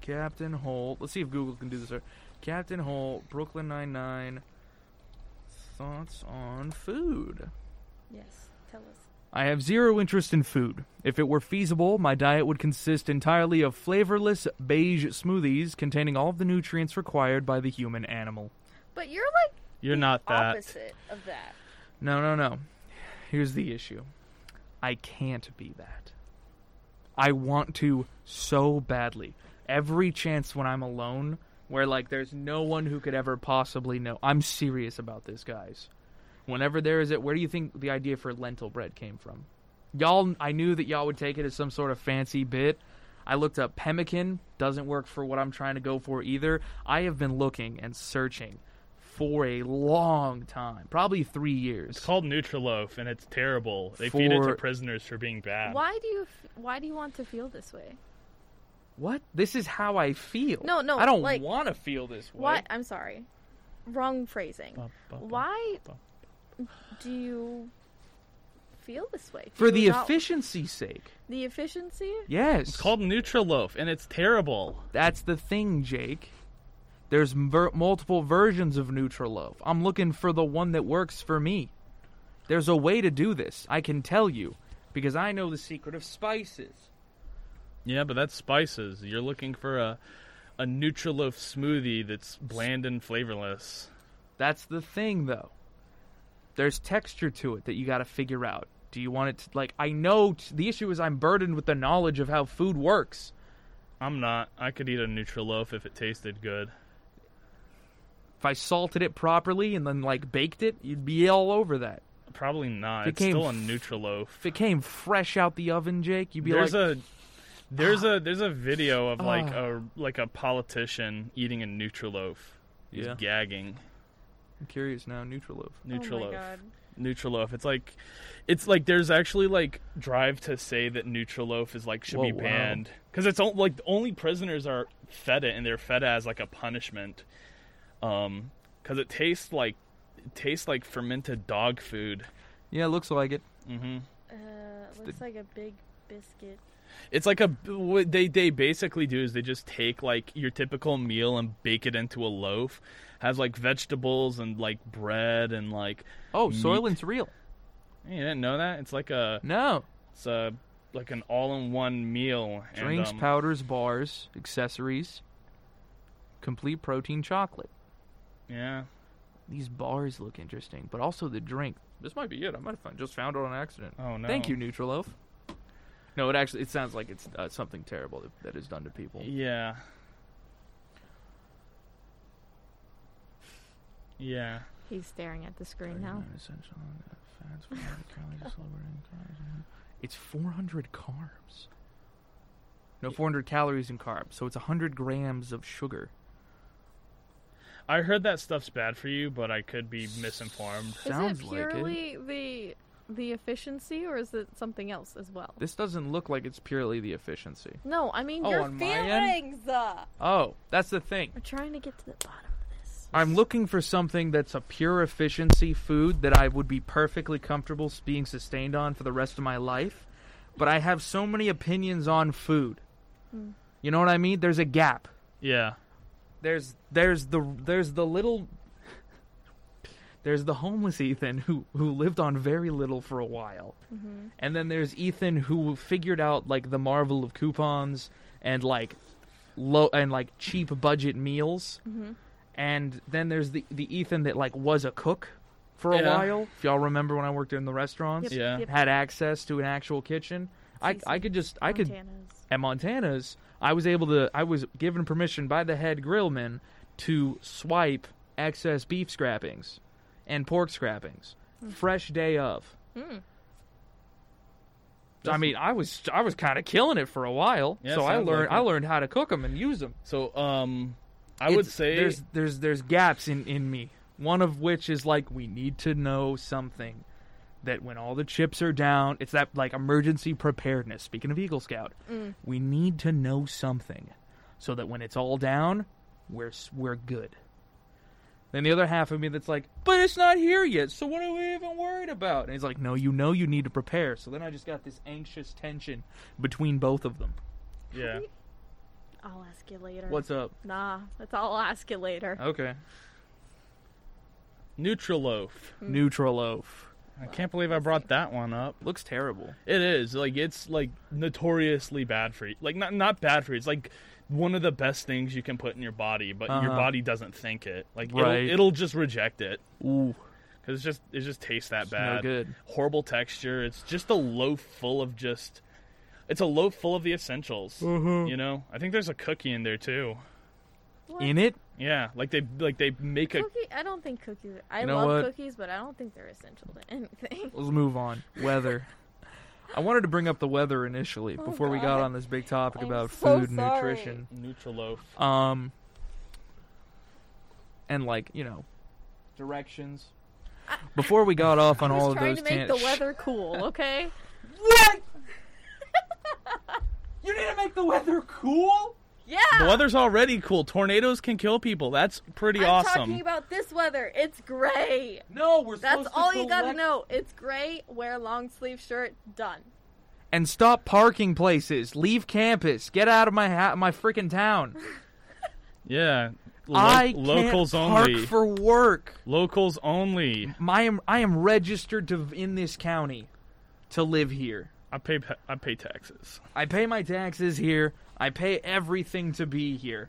[SPEAKER 1] Captain Holt. Let's see if Google can do this. or- Captain Holt, Brooklyn Nine Nine. Thoughts on food.
[SPEAKER 3] Yes, tell us.
[SPEAKER 1] I have zero interest in food. If it were feasible, my diet would consist entirely of flavorless beige smoothies containing all of the nutrients required by the human animal.
[SPEAKER 3] But you're like
[SPEAKER 2] You're not that.
[SPEAKER 3] opposite of that.
[SPEAKER 1] No, no, no. Here's the issue I can't be that. I want to so badly. Every chance when I'm alone, where like there's no one who could ever possibly know. I'm serious about this, guys. Whenever there is it, where do you think the idea for lentil bread came from? Y'all, I knew that y'all would take it as some sort of fancy bit. I looked up pemmican, doesn't work for what I'm trying to go for either. I have been looking and searching for a long time, probably three years.
[SPEAKER 2] It's called Nutriloaf, and it's terrible. They feed it to
[SPEAKER 1] For-
[SPEAKER 2] prisoners for being bad.
[SPEAKER 3] Why do you? F- why do you want to feel this way?
[SPEAKER 1] What? This is how I feel.
[SPEAKER 3] No, no,
[SPEAKER 1] I don't
[SPEAKER 3] like-
[SPEAKER 1] want to feel this way.
[SPEAKER 3] Why? I'm sorry. Wrong phrasing.
[SPEAKER 2] Ba, ba, ba.
[SPEAKER 3] Why
[SPEAKER 2] bum.
[SPEAKER 3] do you feel this way? Do
[SPEAKER 1] For
[SPEAKER 3] you
[SPEAKER 1] the
[SPEAKER 3] not-
[SPEAKER 1] efficiency's sake.
[SPEAKER 3] the efficiency?
[SPEAKER 1] Yes.
[SPEAKER 2] It's called Nutriloaf, and it's terrible.
[SPEAKER 1] That's the thing, Jake. There's ver- multiple versions of Nutriloaf. I'm looking for the one that works for me. There's a way to do this. I can tell you because I know the secret of spices.
[SPEAKER 2] Yeah, but that's spices. You're looking for a a Nutriloaf smoothie that's bland and flavorless.
[SPEAKER 1] That's the thing, though. There's texture to it that you got to figure out. Do you want it to, like, I know t- the issue is I'm burdened with the knowledge of how food works.
[SPEAKER 2] I'm not. I could eat a Nutriloaf if it tasted good.
[SPEAKER 1] If I salted it properly and then like baked it, you'd be all over that.
[SPEAKER 2] Probably not.
[SPEAKER 1] It
[SPEAKER 2] It's
[SPEAKER 1] came
[SPEAKER 2] still a
[SPEAKER 1] f-
[SPEAKER 2] Nutriloaf.
[SPEAKER 1] If it came fresh out the oven, Jake, you'd be
[SPEAKER 2] There's
[SPEAKER 1] like,
[SPEAKER 2] a there's a there's a video of like
[SPEAKER 1] Ah.
[SPEAKER 2] a like a politician eating a Nutriloaf. He's
[SPEAKER 1] Yeah.
[SPEAKER 2] gagging.
[SPEAKER 1] I'm curious now, Nutriloaf.
[SPEAKER 2] Nutriloaf.
[SPEAKER 3] Oh my god.
[SPEAKER 2] Nutriloaf. It's like it's like there's actually like drive to say that Nutriloaf is like should be
[SPEAKER 1] Whoa, wow.
[SPEAKER 2] banned because it's all, like only prisoners are fed it and they're fed as like a punishment. Um, because it tastes like it tastes like fermented dog food.
[SPEAKER 1] Yeah, looks like it.
[SPEAKER 2] hmm
[SPEAKER 3] Uh, looks like a big biscuit.
[SPEAKER 2] It's like a what they they basically do is they just take like your typical meal and bake it into a loaf, has like vegetables and like bread and like
[SPEAKER 1] Oh,
[SPEAKER 2] Meat.
[SPEAKER 1] Soylent's real.
[SPEAKER 2] you didn't know that it's like a
[SPEAKER 1] No.
[SPEAKER 2] It's uh, like an all-in-one meal. and,
[SPEAKER 1] Drinks,
[SPEAKER 2] um,
[SPEAKER 1] powders, bars, accessories, complete protein chocolate.
[SPEAKER 2] Yeah.
[SPEAKER 1] These bars look interesting, but also the drink. This might be it. I might have found, just found it on accident.
[SPEAKER 2] Oh no.
[SPEAKER 1] Thank you, Nutriloaf. No, it actually it sounds like it's uh, something terrible that, that is done to people.
[SPEAKER 2] Yeah. Yeah.
[SPEAKER 3] He's staring at the screen now.
[SPEAKER 1] It's 400 carbs. No, 400 calories in carbs. So it's 100 grams of sugar.
[SPEAKER 2] I heard that stuff's bad for you, but I could be misinformed.
[SPEAKER 1] Sounds
[SPEAKER 3] is it
[SPEAKER 1] like it.
[SPEAKER 3] purely the the efficiency, or is it something else as well?
[SPEAKER 1] This doesn't look like it's purely the efficiency.
[SPEAKER 3] No, I mean
[SPEAKER 1] Oh,
[SPEAKER 3] your
[SPEAKER 1] on my end?
[SPEAKER 3] feelings. uh,
[SPEAKER 1] Oh, that's the thing.
[SPEAKER 3] We're trying to get to the bottom of this.
[SPEAKER 1] I'm looking for something that's a pure efficiency food that I would be perfectly comfortable s- being sustained on for the rest of my life. But I have so many opinions on food.
[SPEAKER 3] Hmm.
[SPEAKER 1] You know what I mean? There's a gap.
[SPEAKER 2] Yeah.
[SPEAKER 1] There's there's the there's the little there's the homeless Ethan who who lived on very little for a while. And then there's Ethan who figured out like the marvel of coupons and like low and like cheap budget meals. And then there's the the Ethan that like was a cook for a
[SPEAKER 2] Yeah.
[SPEAKER 1] while. If y'all remember when I worked in the restaurants,
[SPEAKER 3] Yep,
[SPEAKER 2] Yeah.
[SPEAKER 3] yep,
[SPEAKER 1] had access to an actual kitchen. I I could just I could
[SPEAKER 3] Montana's.
[SPEAKER 1] at Montana's, I was able to I was given permission by the head grillman to swipe excess beef scrappings and pork scrappings fresh day of. So, I mean, I was I was kind of killing it for a while,
[SPEAKER 2] Yeah,
[SPEAKER 1] so I
[SPEAKER 2] sounds
[SPEAKER 1] learned
[SPEAKER 2] like
[SPEAKER 1] I
[SPEAKER 2] it.
[SPEAKER 1] learned how to cook them and use them.
[SPEAKER 2] So, um, I would say
[SPEAKER 1] there's there's there's gaps in in me. One of which is like we need to know something that when all the chips are down, it's that like emergency preparedness. Speaking of Eagle Scout, we need to know something so that when it's all down, we're s- we're good. Then the other half of me that's like, but it's not here yet, so what are we even worried about? And he's like, no, you know you need to prepare. So then I just got this anxious tension between both of them.
[SPEAKER 2] yeah.
[SPEAKER 3] I'll ask you later.
[SPEAKER 1] What's Uh, up?
[SPEAKER 3] Nah, that's all. I'll ask you later.
[SPEAKER 1] Okay.
[SPEAKER 2] Neutral loaf.
[SPEAKER 1] Neutral loaf.
[SPEAKER 2] I can't believe I brought that one up.
[SPEAKER 1] Looks terrible.
[SPEAKER 2] It is like it's like notoriously bad for you. Like not not bad for you. It's like one of the best things you can put in your body, but your
[SPEAKER 1] Uh-huh.
[SPEAKER 2] body doesn't think it. Like
[SPEAKER 1] Right.
[SPEAKER 2] it'll, it'll just reject it
[SPEAKER 1] Ooh.
[SPEAKER 2] because it's just it just tastes that bad.
[SPEAKER 1] no good.
[SPEAKER 2] Horrible texture. It's just a loaf full of just. It's a loaf full of the essentials.
[SPEAKER 1] Mm-hmm.
[SPEAKER 2] You know. I think there's a cookie in there too.
[SPEAKER 3] What?
[SPEAKER 1] in it.
[SPEAKER 2] Yeah, like they like they make a
[SPEAKER 3] Cookie? I don't think cookies. I
[SPEAKER 1] You know
[SPEAKER 3] love
[SPEAKER 1] what?
[SPEAKER 3] cookies, but I don't think they're essential to anything.
[SPEAKER 1] Let's move on. Weather. I wanted to bring up the weather initially
[SPEAKER 3] Oh,
[SPEAKER 1] before we got
[SPEAKER 3] God.
[SPEAKER 1] on this big topic
[SPEAKER 3] I'm
[SPEAKER 1] about
[SPEAKER 3] so
[SPEAKER 1] food and
[SPEAKER 3] sorry.
[SPEAKER 1] nutrition.
[SPEAKER 2] neutral loaf.
[SPEAKER 1] Um and like, you know, directions. Before we got off on
[SPEAKER 3] I was
[SPEAKER 1] all of
[SPEAKER 3] trying
[SPEAKER 1] those
[SPEAKER 3] to make
[SPEAKER 1] tan-
[SPEAKER 3] the weather cool. Okay.
[SPEAKER 1] What? you need to make the weather cool?
[SPEAKER 3] Yeah.
[SPEAKER 2] The weather's already cool. Tornadoes can kill people. That's pretty
[SPEAKER 3] I'm
[SPEAKER 2] awesome.
[SPEAKER 3] talking about this weather. It's gray.
[SPEAKER 1] No, we're
[SPEAKER 3] That's
[SPEAKER 1] supposed to
[SPEAKER 3] all you gotta
[SPEAKER 1] collect-
[SPEAKER 3] know. It's gray. Wear a long sleeve shirt. Done.
[SPEAKER 1] And stop parking places. Leave campus. Get out of my ha- my freaking town.
[SPEAKER 2] Yeah. Lo-
[SPEAKER 1] I
[SPEAKER 2] locals
[SPEAKER 1] can't park
[SPEAKER 2] only.
[SPEAKER 1] for work.
[SPEAKER 2] locals only.
[SPEAKER 1] my I am registered to in this county to live here.
[SPEAKER 2] I pay pa- I pay taxes.
[SPEAKER 1] I pay my taxes here. I pay everything to be here.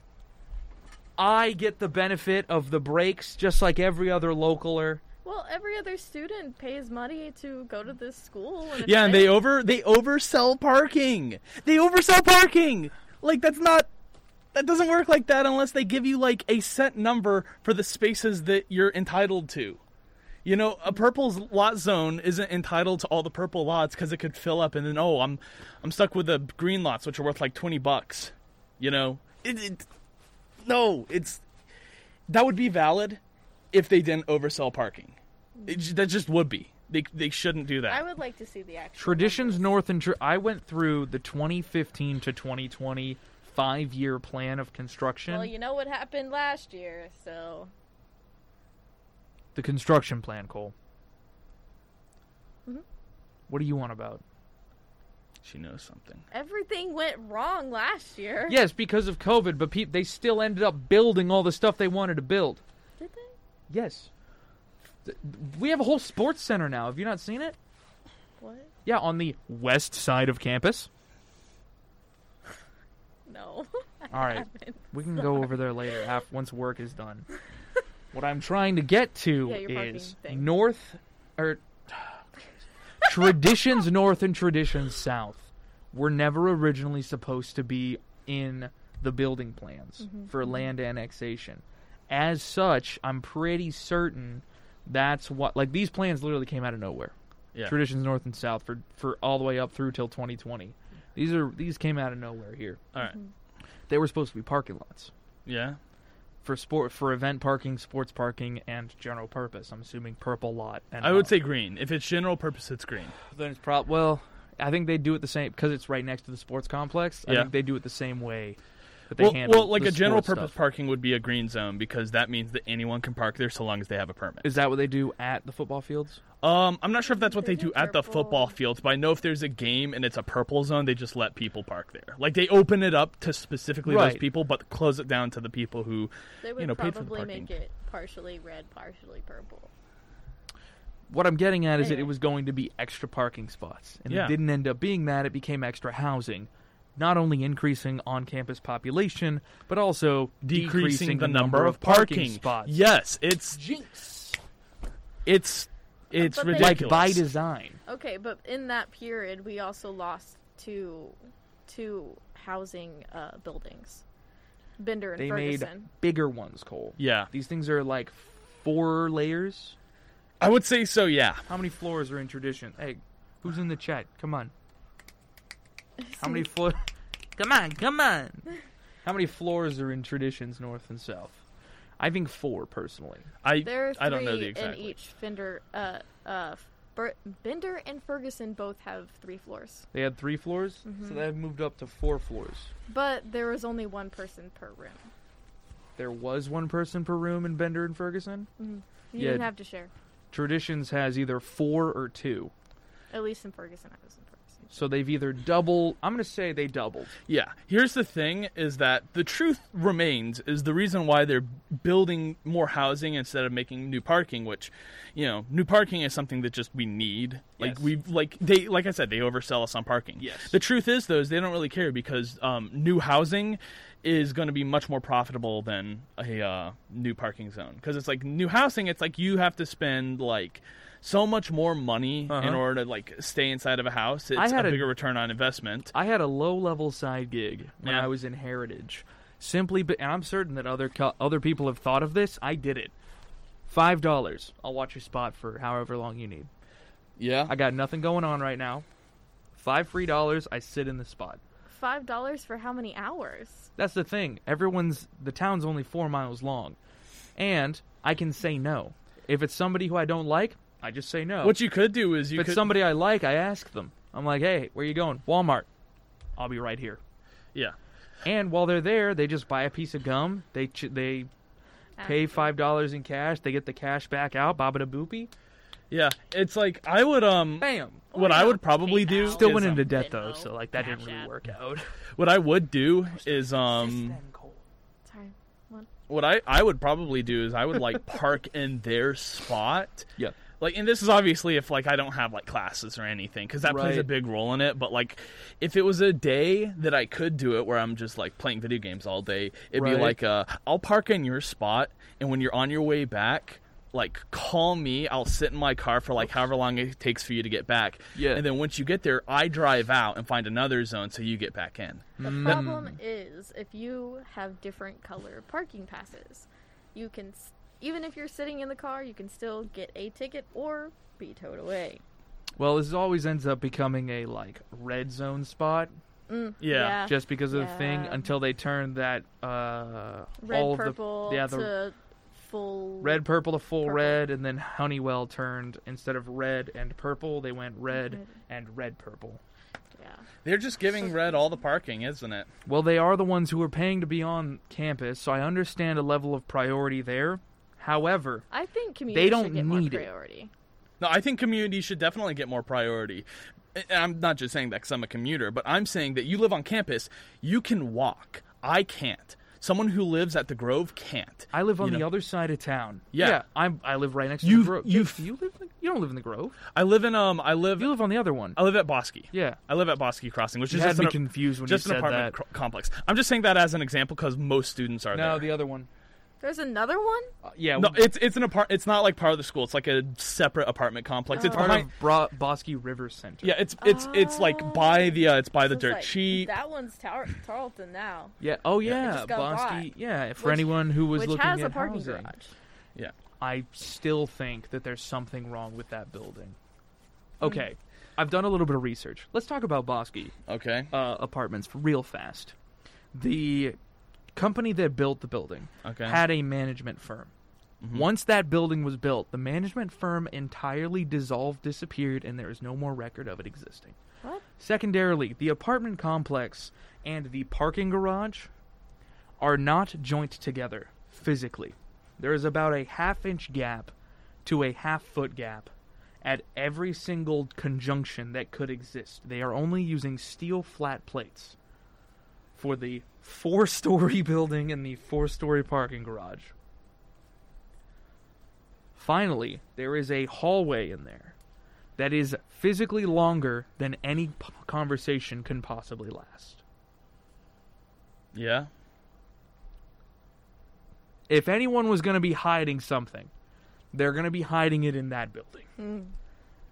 [SPEAKER 1] I get the benefit of the breaks just like every other localer.
[SPEAKER 3] Well, every other student pays money to go to this school. And it's
[SPEAKER 2] Yeah, and they
[SPEAKER 3] nice.
[SPEAKER 2] over they oversell parking. They oversell parking. Like that's not that doesn't work like that unless they give you like a set number for the spaces that you're entitled to. You know, a purple's lot zone isn't entitled to all the purple lots because it could fill up, and then oh, I'm I'm stuck with the green lots, which are worth like twenty bucks. You know, it, it, no, it's that would be valid if they didn't oversell parking. It, ju- that just would be. They they shouldn't do that.
[SPEAKER 3] I would like to see the actual
[SPEAKER 1] Traditions North and Tr- I went through the 2015 to 2020 five-year plan of construction.
[SPEAKER 3] Well, you know what happened last year, so
[SPEAKER 1] the construction plan, Cole. What do you want about?
[SPEAKER 2] She knows something.
[SPEAKER 3] everything went wrong last year.
[SPEAKER 1] Yes, because of COVID, but pe- they still ended up building all the stuff they wanted to build.
[SPEAKER 3] Did they?
[SPEAKER 1] Yes. Th- We have a whole sports center now. Have you not seen it?
[SPEAKER 3] What?
[SPEAKER 1] Yeah, on the west side of campus.
[SPEAKER 3] No.
[SPEAKER 1] All right. We can go over there later af once work is done. What I'm trying to get to
[SPEAKER 3] Yeah, your parking
[SPEAKER 1] is er,
[SPEAKER 3] thing.
[SPEAKER 1] north or traditions north and traditions south. were never originally supposed to be in the building plans
[SPEAKER 3] Mhm.
[SPEAKER 1] for land annexation. As such, I'm pretty certain that's what like these plans literally came out of nowhere.
[SPEAKER 2] Yeah.
[SPEAKER 1] Traditions North and South for for all the way up through till 2020. These are these came out of nowhere here.
[SPEAKER 2] All right.
[SPEAKER 3] Mm-hmm.
[SPEAKER 1] They were supposed to be parking lots
[SPEAKER 2] Yeah.
[SPEAKER 1] for sport for event parking, sports parking, and general purpose. I'm assuming purple lot. And
[SPEAKER 2] I would
[SPEAKER 1] up.
[SPEAKER 2] say green. If it's general purpose, it's green.
[SPEAKER 1] then it's prob well. I think they do it the same because it's right next to the sports complex. I
[SPEAKER 2] Yeah.
[SPEAKER 1] think they do it the same way that they
[SPEAKER 2] well,
[SPEAKER 1] handle.
[SPEAKER 2] well, like
[SPEAKER 1] the
[SPEAKER 2] a general
[SPEAKER 1] sports
[SPEAKER 2] purpose
[SPEAKER 1] stuff.
[SPEAKER 2] parking would be a green zone because that means that anyone can park there so long as they have a permit.
[SPEAKER 1] Is that what they do at the football fields?
[SPEAKER 2] Um, I'm not sure if that's what they
[SPEAKER 3] They do
[SPEAKER 2] do at the
[SPEAKER 3] purple.
[SPEAKER 2] football fields, but I know if there's a game and it's a purple zone, they just let people park there. Like they open it up to specifically
[SPEAKER 1] Right.
[SPEAKER 2] those people, but close it down to the people who
[SPEAKER 3] They would
[SPEAKER 2] know, paid for the
[SPEAKER 3] probably
[SPEAKER 2] parking.
[SPEAKER 3] make it partially red, partially purple.
[SPEAKER 1] What I'm getting at is that it
[SPEAKER 3] Anyway.
[SPEAKER 1] was going to be extra parking spots, and
[SPEAKER 2] Yeah.
[SPEAKER 1] it didn't end up being that. It became extra housing, not only increasing on-campus population, but also
[SPEAKER 2] decreasing, the,
[SPEAKER 1] number, of
[SPEAKER 2] parking.
[SPEAKER 1] spots.
[SPEAKER 2] Yes, it's
[SPEAKER 1] Jinx.
[SPEAKER 2] it's it's
[SPEAKER 3] But they-
[SPEAKER 2] ridiculous.
[SPEAKER 1] Like by design.
[SPEAKER 3] Okay, but in that period, we also lost two two housing uh, buildings, Bender and
[SPEAKER 1] They
[SPEAKER 3] Ferguson.
[SPEAKER 1] made bigger ones, Cole.
[SPEAKER 2] Yeah,
[SPEAKER 1] These things are like four layers.
[SPEAKER 2] I would say so. Yeah,
[SPEAKER 1] How many floors are in tradition? Hey, who's in the chat? Come on. How many floors? Come on, come on. How many floors are in traditions north and south? I think four personally.
[SPEAKER 2] I
[SPEAKER 3] there are three
[SPEAKER 2] I don't know the exact.
[SPEAKER 3] in each Fender. Uh, uh, Ber- Bender and Ferguson both have three floors,
[SPEAKER 1] They had three floors, so they've moved up to four floors.
[SPEAKER 3] but there was only one person per room.
[SPEAKER 1] There was one person per room in Bender and Ferguson.
[SPEAKER 3] You
[SPEAKER 1] Yeah.
[SPEAKER 3] didn't have to share.
[SPEAKER 1] Traditions has either four or two,
[SPEAKER 3] At least in Ferguson, I was in Ferguson.
[SPEAKER 1] so they've either double. I'm gonna say they doubled.
[SPEAKER 2] Yeah. Here's the thing is that the truth remains is the reason why they're building more housing instead of making new parking, which, you know, new parking is something that just we need. Like
[SPEAKER 1] Yes.
[SPEAKER 2] we like they like I said, they oversell us on parking.
[SPEAKER 1] Yes.
[SPEAKER 2] The truth is though is they don't really care because um, new housing is going to be much more profitable than a uh, new parking zone because it's like new housing it's like you have to spend like so much more money in
[SPEAKER 1] Uh-huh.
[SPEAKER 2] order to like stay inside of a house it's
[SPEAKER 1] I had
[SPEAKER 2] a
[SPEAKER 1] a-
[SPEAKER 2] bigger return on investment
[SPEAKER 1] I had a low level side gig when
[SPEAKER 2] Yeah.
[SPEAKER 1] I was in Heritage. Simply, but and I'm certain that other co- other people have thought of this. I did it. Five dollars. I'll watch your spot for however long you need.
[SPEAKER 2] yeah
[SPEAKER 1] I got nothing going on right now. Five free dollars. I sit in the spot.
[SPEAKER 3] Five dollars for how many hours?
[SPEAKER 1] That's the thing. Everyone's the town's only four miles long, and I can say no if it's somebody who I don't like. I just say no.
[SPEAKER 2] What you could do is you
[SPEAKER 1] if it's
[SPEAKER 2] could
[SPEAKER 1] Oh. somebody I like, I ask them. I'm like, hey, where you going? Walmart. I'll be right here.
[SPEAKER 2] yeah
[SPEAKER 1] And while they're there, they just buy a piece of gum. They ch- they
[SPEAKER 3] Ah.
[SPEAKER 1] pay five dollars in cash. They get the cash back out. Baba da boopy.
[SPEAKER 2] yeah. It's like I would um
[SPEAKER 1] Bam.
[SPEAKER 2] what I would probably do
[SPEAKER 1] Still
[SPEAKER 2] is,
[SPEAKER 1] went
[SPEAKER 2] um,
[SPEAKER 1] into debt though,
[SPEAKER 3] Venmo,
[SPEAKER 1] so like that didn't
[SPEAKER 3] Cash
[SPEAKER 1] really
[SPEAKER 3] App.
[SPEAKER 1] work out. Mm.
[SPEAKER 2] what I would do is um
[SPEAKER 3] Sorry. What?
[SPEAKER 2] what I I would probably do is I would like park in their spot.
[SPEAKER 1] Yeah.
[SPEAKER 2] Like and this is obviously if like I don't have like classes or anything cuz that plays a
[SPEAKER 1] Right.
[SPEAKER 2] big role in it, but like if it was a day that I could do it where I'm just like playing video games all day, it'd be
[SPEAKER 1] Right.
[SPEAKER 2] like uh I'll park in your spot and when you're on your way back like call me, I'll sit in my car for like however long it takes for you to get back.
[SPEAKER 1] Yeah.
[SPEAKER 2] And then once you get there, I drive out and find another zone so you get back in.
[SPEAKER 3] The
[SPEAKER 1] Mm.
[SPEAKER 3] problem is if you have different color parking passes, you can s- even if you're sitting in the car, you can still get a ticket or be towed away.
[SPEAKER 1] Well, this always ends up becoming a like red zone spot
[SPEAKER 2] Yeah.
[SPEAKER 1] just because of the thing
[SPEAKER 3] Yeah.
[SPEAKER 1] until they turn that uh
[SPEAKER 3] Red
[SPEAKER 1] all
[SPEAKER 3] purple
[SPEAKER 1] the yeah the
[SPEAKER 3] to full
[SPEAKER 1] red purple to full
[SPEAKER 3] Purple.
[SPEAKER 1] red and then Honeywell turned instead of red and purple they went red
[SPEAKER 3] Red.
[SPEAKER 1] and red purple.
[SPEAKER 3] Yeah.
[SPEAKER 2] They're just giving red all the parking, isn't it?
[SPEAKER 1] Well, they are the ones who are paying to be on campus, so I understand a level of priority there. However,
[SPEAKER 3] I think community
[SPEAKER 1] don't
[SPEAKER 3] should get
[SPEAKER 1] need it.
[SPEAKER 3] more priority.
[SPEAKER 2] No, I think community should definitely get more priority. And I'm not just saying that because I'm a commuter, but I'm saying that you live on campus, you can walk. I can't. Someone who lives at the Grove can't.
[SPEAKER 1] I live on
[SPEAKER 2] You
[SPEAKER 1] the
[SPEAKER 2] know-
[SPEAKER 1] other side of town.
[SPEAKER 2] Yeah.
[SPEAKER 1] I'm. I live right next to
[SPEAKER 2] You've-
[SPEAKER 1] the Grove.
[SPEAKER 2] you've-
[SPEAKER 1] you live. in- You don't live in the Grove.
[SPEAKER 2] I live in um. I live.
[SPEAKER 1] You live on the other one.
[SPEAKER 2] I live at Bosky.
[SPEAKER 1] yeah.
[SPEAKER 2] I live at Bosky Crossing, which
[SPEAKER 1] You
[SPEAKER 2] is
[SPEAKER 1] had
[SPEAKER 2] just
[SPEAKER 1] me
[SPEAKER 2] an,
[SPEAKER 1] confused when
[SPEAKER 2] just
[SPEAKER 1] you
[SPEAKER 2] an
[SPEAKER 1] said
[SPEAKER 2] apartment
[SPEAKER 1] that.
[SPEAKER 2] cro- complex. I'm just saying that as an example because most students are
[SPEAKER 1] No,
[SPEAKER 2] there.
[SPEAKER 1] the other one.
[SPEAKER 3] There's another one?
[SPEAKER 1] Uh, yeah,
[SPEAKER 2] No,
[SPEAKER 1] we-
[SPEAKER 2] it's it's an apart. It's not like part of the school. It's like a separate apartment complex. It's
[SPEAKER 3] Oh.
[SPEAKER 1] part
[SPEAKER 2] behind.
[SPEAKER 1] of Bro- Bosky River Center.
[SPEAKER 2] Yeah, it's it's it's like by the uh, it's by the
[SPEAKER 3] So it's
[SPEAKER 2] dirt
[SPEAKER 3] like,
[SPEAKER 2] sheet.
[SPEAKER 3] That one's Tar- Tarleton now.
[SPEAKER 1] Yeah. Oh
[SPEAKER 2] Yeah.
[SPEAKER 3] It
[SPEAKER 1] yeah,
[SPEAKER 3] just got
[SPEAKER 1] Bosky.
[SPEAKER 3] bought.
[SPEAKER 1] Yeah, for
[SPEAKER 3] Which-
[SPEAKER 1] anyone who was
[SPEAKER 3] Which
[SPEAKER 1] looking
[SPEAKER 3] has
[SPEAKER 1] at
[SPEAKER 3] a parking
[SPEAKER 1] housing,
[SPEAKER 3] garage.
[SPEAKER 2] Yeah,
[SPEAKER 1] I still think that there's something wrong with that building.
[SPEAKER 3] Hmm.
[SPEAKER 1] Okay, I've done a little bit of research. Let's talk about Bosky
[SPEAKER 2] okay,
[SPEAKER 1] uh, apartments real fast. The company that built the building
[SPEAKER 2] okay.
[SPEAKER 1] had a management firm. Once that building was built, the management firm entirely dissolved, disappeared, and there is no more record of it existing.
[SPEAKER 3] What?
[SPEAKER 1] Secondarily, the apartment complex and the parking garage are not joint together physically. There is about a half inch gap to a half foot gap at every single conjunction that could exist. They are only using steel flat plates for the four story building and the four story parking garage. Finally, there is a hallway in there that is physically longer than any p- conversation can possibly last.
[SPEAKER 2] Yeah,
[SPEAKER 1] If anyone was going to be hiding something, they're going to be hiding it in that building.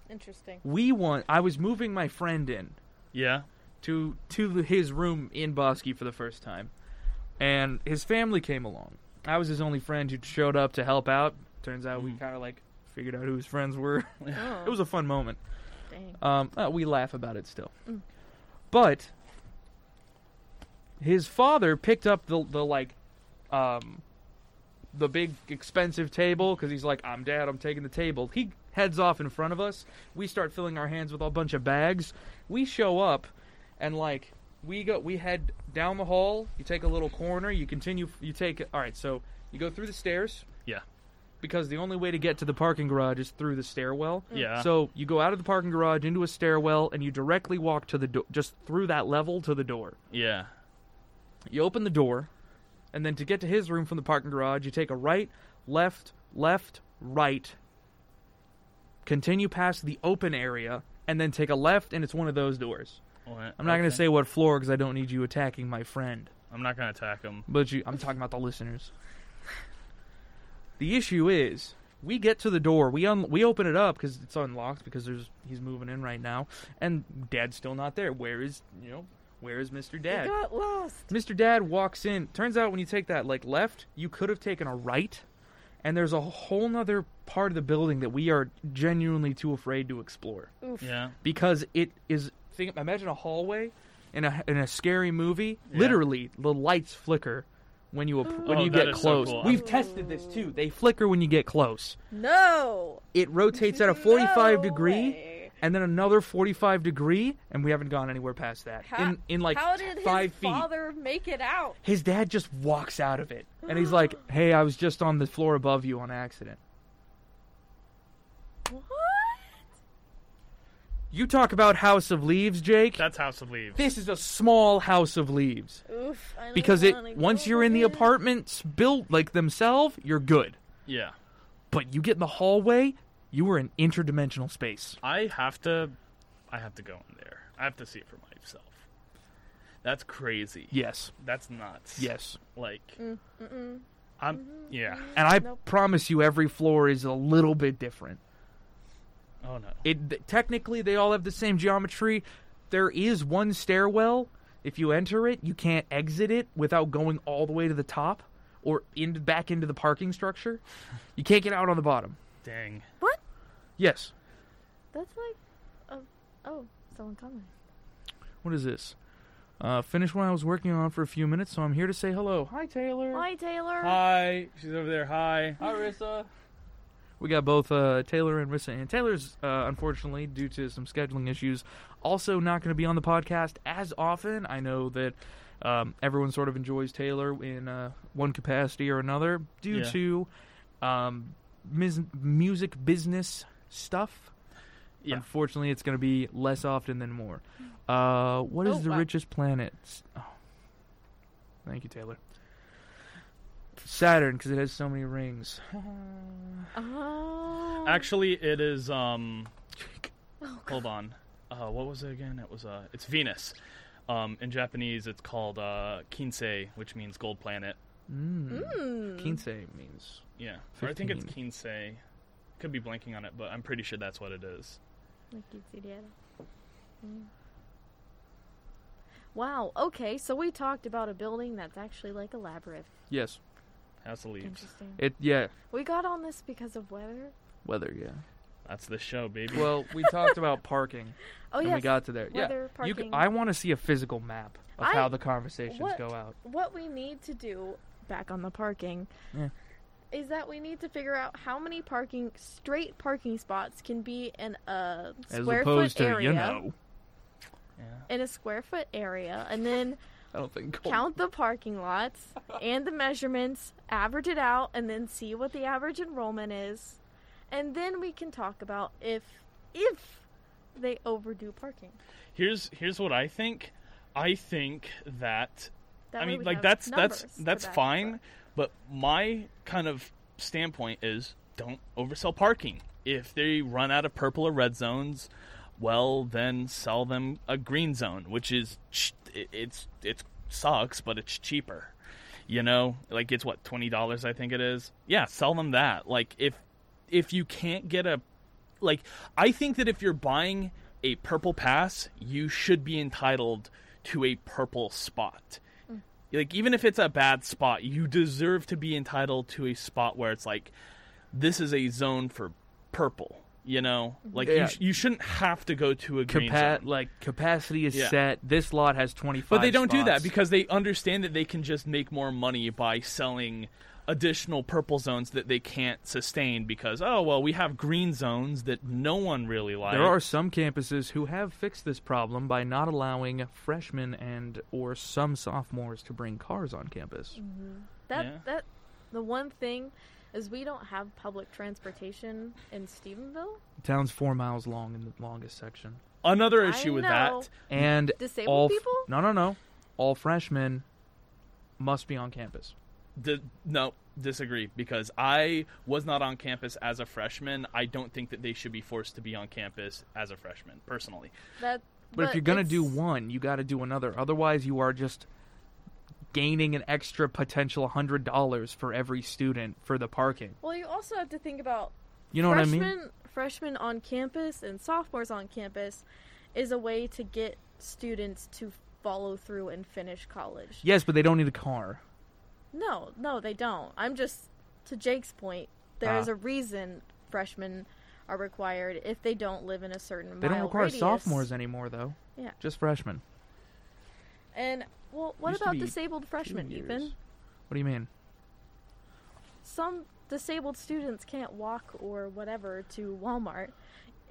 [SPEAKER 3] Interesting.
[SPEAKER 1] We want I was moving my friend in
[SPEAKER 2] yeah.
[SPEAKER 1] to to his room in Bosky for the first time, and his family came along. I was his only friend who showed up to help out. Turns out we
[SPEAKER 2] Mm.
[SPEAKER 1] kind of like figured out who his friends were.
[SPEAKER 3] Oh,
[SPEAKER 1] it was a fun moment.
[SPEAKER 3] dang.
[SPEAKER 1] Um, uh, we laugh about it still.
[SPEAKER 3] Mm.
[SPEAKER 1] But his father picked up the the like, um, the big expensive table because he's like, "I'm dad. I'm taking the table." He heads off in front of us. We start filling our hands with a bunch of bags. We show up, and like we go, we head down the hall. You take a little corner. You continue. You take all right. So you go through the stairs.
[SPEAKER 2] Yeah.
[SPEAKER 1] Because the only way to get to the parking garage is through the stairwell.
[SPEAKER 2] Mm. Yeah.
[SPEAKER 1] So you go out of the parking garage into a stairwell, and you directly walk to the door, just through that level to the door.
[SPEAKER 2] Yeah.
[SPEAKER 1] You open the door, and then to get to his room from the parking garage, you take a right, left, left, right, continue past the open area, and then take a left, and it's one of those doors.
[SPEAKER 2] What?
[SPEAKER 1] I'm not going
[SPEAKER 2] Okay.
[SPEAKER 1] to say what floor because I don't need you attacking my friend.
[SPEAKER 2] I'm not gonna attack him.
[SPEAKER 1] But you, I'm talking about the listeners. The issue is, we get to the door, we un, we open it up because it's unlocked because there's he's moving in right now, and Dad's still not there. Where is you know where is Mister
[SPEAKER 3] It
[SPEAKER 1] Dad?
[SPEAKER 3] got lost.
[SPEAKER 1] Mr. Dad walks in. Turns out when you take that like left, you could have taken a right, and there's a whole nother part of the building that we are genuinely too afraid to explore
[SPEAKER 3] Oof.
[SPEAKER 2] Yeah.
[SPEAKER 1] because it is. Think, imagine a hallway in a in a scary movie.
[SPEAKER 2] Yeah.
[SPEAKER 1] Literally, the lights flicker when you ap- when
[SPEAKER 2] Oh,
[SPEAKER 1] you
[SPEAKER 2] that
[SPEAKER 1] get
[SPEAKER 2] is so
[SPEAKER 1] close.
[SPEAKER 2] cool.
[SPEAKER 1] We've tested this too. They flicker when you get close.
[SPEAKER 3] No.
[SPEAKER 1] It rotates at a 45
[SPEAKER 3] No
[SPEAKER 1] degree
[SPEAKER 3] way.
[SPEAKER 1] and then another 45 degree, and we haven't gone anywhere past that.
[SPEAKER 3] How,
[SPEAKER 1] in in like
[SPEAKER 3] how did
[SPEAKER 1] five
[SPEAKER 3] his
[SPEAKER 1] feet.
[SPEAKER 3] father make it out?
[SPEAKER 1] His dad just walks out of it, and he's like, "Hey, I was just on the floor above you on accident."
[SPEAKER 3] What?
[SPEAKER 1] You talk about House of Leaves, Jake.
[SPEAKER 2] That's House of Leaves.
[SPEAKER 1] this is a small House of Leaves.
[SPEAKER 3] Oof. I don't
[SPEAKER 1] because it
[SPEAKER 3] wanna
[SPEAKER 1] once
[SPEAKER 3] go
[SPEAKER 1] you're in the
[SPEAKER 3] there.
[SPEAKER 1] apartments built like themselves, you're good.
[SPEAKER 2] Yeah.
[SPEAKER 1] But you get in the hallway, you are in interdimensional space.
[SPEAKER 2] I have to. I have to go in there. I have to see it for myself. That's crazy.
[SPEAKER 1] Yes,
[SPEAKER 2] That's nuts.
[SPEAKER 1] yes.
[SPEAKER 2] Like
[SPEAKER 3] Mm-mm.
[SPEAKER 2] I'm. Yeah.
[SPEAKER 1] And I
[SPEAKER 3] Nope.
[SPEAKER 1] promise you, every floor is a little bit different.
[SPEAKER 2] Oh no.
[SPEAKER 1] It th- technically they all have the same geometry. There is one stairwell. If you enter it, you can't exit it without going all the way to the top or in back into the parking structure. You can't get out on the bottom.
[SPEAKER 2] Dang.
[SPEAKER 3] What?
[SPEAKER 1] Yes.
[SPEAKER 3] That's like, oh, oh, someone coming.
[SPEAKER 1] What is this? Uh, finished what I was working on for a few minutes, so I'm here to say hello. Hi, Taylor.
[SPEAKER 3] Hi, Taylor.
[SPEAKER 2] Hi. She's over there. Hi.
[SPEAKER 1] Hi, Rissa. We got both uh, Taylor and Rissa, and Taylor's uh, unfortunately due to some scheduling issues, also not going to be on the podcast as often. I know that um, everyone sort of enjoys Taylor in uh, one capacity or another due
[SPEAKER 2] Yeah.
[SPEAKER 1] to um, mis- music business stuff.
[SPEAKER 2] Yeah.
[SPEAKER 1] Unfortunately, it's going to be less often than more. Uh, what is
[SPEAKER 3] Oh,
[SPEAKER 1] the
[SPEAKER 3] wow.
[SPEAKER 1] richest planet? S- Oh. Thank you, Taylor. Saturn, because it has so many rings.
[SPEAKER 3] Oh.
[SPEAKER 2] Actually, it is. Um. Hold on. Uh, what was it again? It was. Uh, it's Venus. Um, in Japanese, it's called uh, Kinsei, which means gold planet.
[SPEAKER 1] Mm.
[SPEAKER 3] Mm.
[SPEAKER 1] Kinsei means
[SPEAKER 2] Yeah. Or I think it's
[SPEAKER 1] 15.
[SPEAKER 2] Kinsei. Could be blanking on it, but I'm pretty sure that's what it is.
[SPEAKER 3] Like you'd see the other. Mm. Wow. Okay, so we talked about a building that's actually like a labyrinth.
[SPEAKER 1] yes.
[SPEAKER 2] House of Leaves.
[SPEAKER 3] Interesting.
[SPEAKER 1] It yeah
[SPEAKER 3] We got on this because of weather.
[SPEAKER 1] weather yeah.
[SPEAKER 2] That's the show, baby.
[SPEAKER 1] Well, we talked about parking
[SPEAKER 3] Oh
[SPEAKER 1] and
[SPEAKER 3] yes.
[SPEAKER 1] we got to there.
[SPEAKER 3] Weather,
[SPEAKER 1] yeah, you. c-
[SPEAKER 3] parking.
[SPEAKER 1] I want to see a physical map of
[SPEAKER 3] I-
[SPEAKER 1] how the conversations
[SPEAKER 3] what-
[SPEAKER 1] go out.
[SPEAKER 3] what we need to do back on the parking
[SPEAKER 1] Yeah.
[SPEAKER 3] is that we need to figure out how many parking straight parking spots can be in a
[SPEAKER 1] As
[SPEAKER 3] square
[SPEAKER 1] opposed
[SPEAKER 3] foot
[SPEAKER 1] to
[SPEAKER 3] area
[SPEAKER 1] you know,
[SPEAKER 2] yeah.
[SPEAKER 3] in a square foot area and then
[SPEAKER 1] I don't think
[SPEAKER 3] count the parking lots and the measurements average it out and then see what the average enrollment is and then we can talk about if if they overdo parking
[SPEAKER 2] Here's here's what I think. I think that I
[SPEAKER 3] that way
[SPEAKER 2] mean
[SPEAKER 3] we
[SPEAKER 2] like
[SPEAKER 3] have
[SPEAKER 2] that's that's
[SPEAKER 3] numbers to
[SPEAKER 2] that's
[SPEAKER 3] back us
[SPEAKER 2] fine,
[SPEAKER 3] up.
[SPEAKER 2] but my kind of standpoint is don't oversell parking. If they run out of purple or red zones, well then sell them a green zone, which is ch- it- it's it's sucks, but it's cheaper. You know, like it's what twenty dollars I think it is. Yeah, sell them that. Like if if you can't get a like I think that if you're buying a purple pass, you should be entitled to a purple spot. Like even if it's a bad spot, you deserve to be entitled to a spot where it's like this is a zone for purple, you know? Like
[SPEAKER 1] Yeah.
[SPEAKER 2] you, sh- you shouldn't have to go to a green
[SPEAKER 1] Capa-
[SPEAKER 2] zone.
[SPEAKER 1] like capacity is
[SPEAKER 2] Yeah.
[SPEAKER 1] set. This lot has twenty five.
[SPEAKER 2] But they don't do that because they understand that they can just make more money by selling additional purple zones that they can't sustain because oh well we have green zones that no one really likes.
[SPEAKER 1] There are some campuses who have fixed this problem by not allowing freshmen and or some sophomores to bring cars on campus.
[SPEAKER 3] Mm. that
[SPEAKER 2] Yeah.
[SPEAKER 3] that the one thing is we don't have public transportation in Stephenville.
[SPEAKER 1] town's 4 miles long in the longest section.
[SPEAKER 2] another
[SPEAKER 3] I
[SPEAKER 2] issue with
[SPEAKER 3] know.
[SPEAKER 2] that.
[SPEAKER 1] And
[SPEAKER 3] Disabled
[SPEAKER 1] all f-
[SPEAKER 3] people?
[SPEAKER 1] No, no, no. All freshmen must be on campus.
[SPEAKER 2] Di- no, disagree because I was not on campus as a freshman. I don't think that they should be forced to be on campus as a freshman, personally.
[SPEAKER 3] That
[SPEAKER 1] But, if you're going to do
[SPEAKER 3] it's-
[SPEAKER 1] one, you got to do another. Otherwise, you are just gaining an extra potential $100 for every student for the parking.
[SPEAKER 3] well, you also have to think about
[SPEAKER 1] You know
[SPEAKER 3] freshmen
[SPEAKER 1] what I mean?
[SPEAKER 3] freshmen on campus and sophomores on campus is a way to get students to follow through and finish college.
[SPEAKER 1] Yes, but they don't need a car.
[SPEAKER 3] No, no, they don't. I'm just to Jake's point. There is
[SPEAKER 1] Ah.
[SPEAKER 3] a reason freshmen are required if they don't live in a certain
[SPEAKER 1] They don't
[SPEAKER 3] mile
[SPEAKER 1] require
[SPEAKER 3] radius.
[SPEAKER 1] sophomores anymore though.
[SPEAKER 3] Yeah.
[SPEAKER 1] Just freshmen.
[SPEAKER 3] And well, what
[SPEAKER 1] Used to
[SPEAKER 3] about
[SPEAKER 1] be
[SPEAKER 3] disabled freshmen,
[SPEAKER 1] Two years.
[SPEAKER 3] Ethan?
[SPEAKER 1] What do you mean?
[SPEAKER 3] some disabled students can't walk or whatever to Walmart,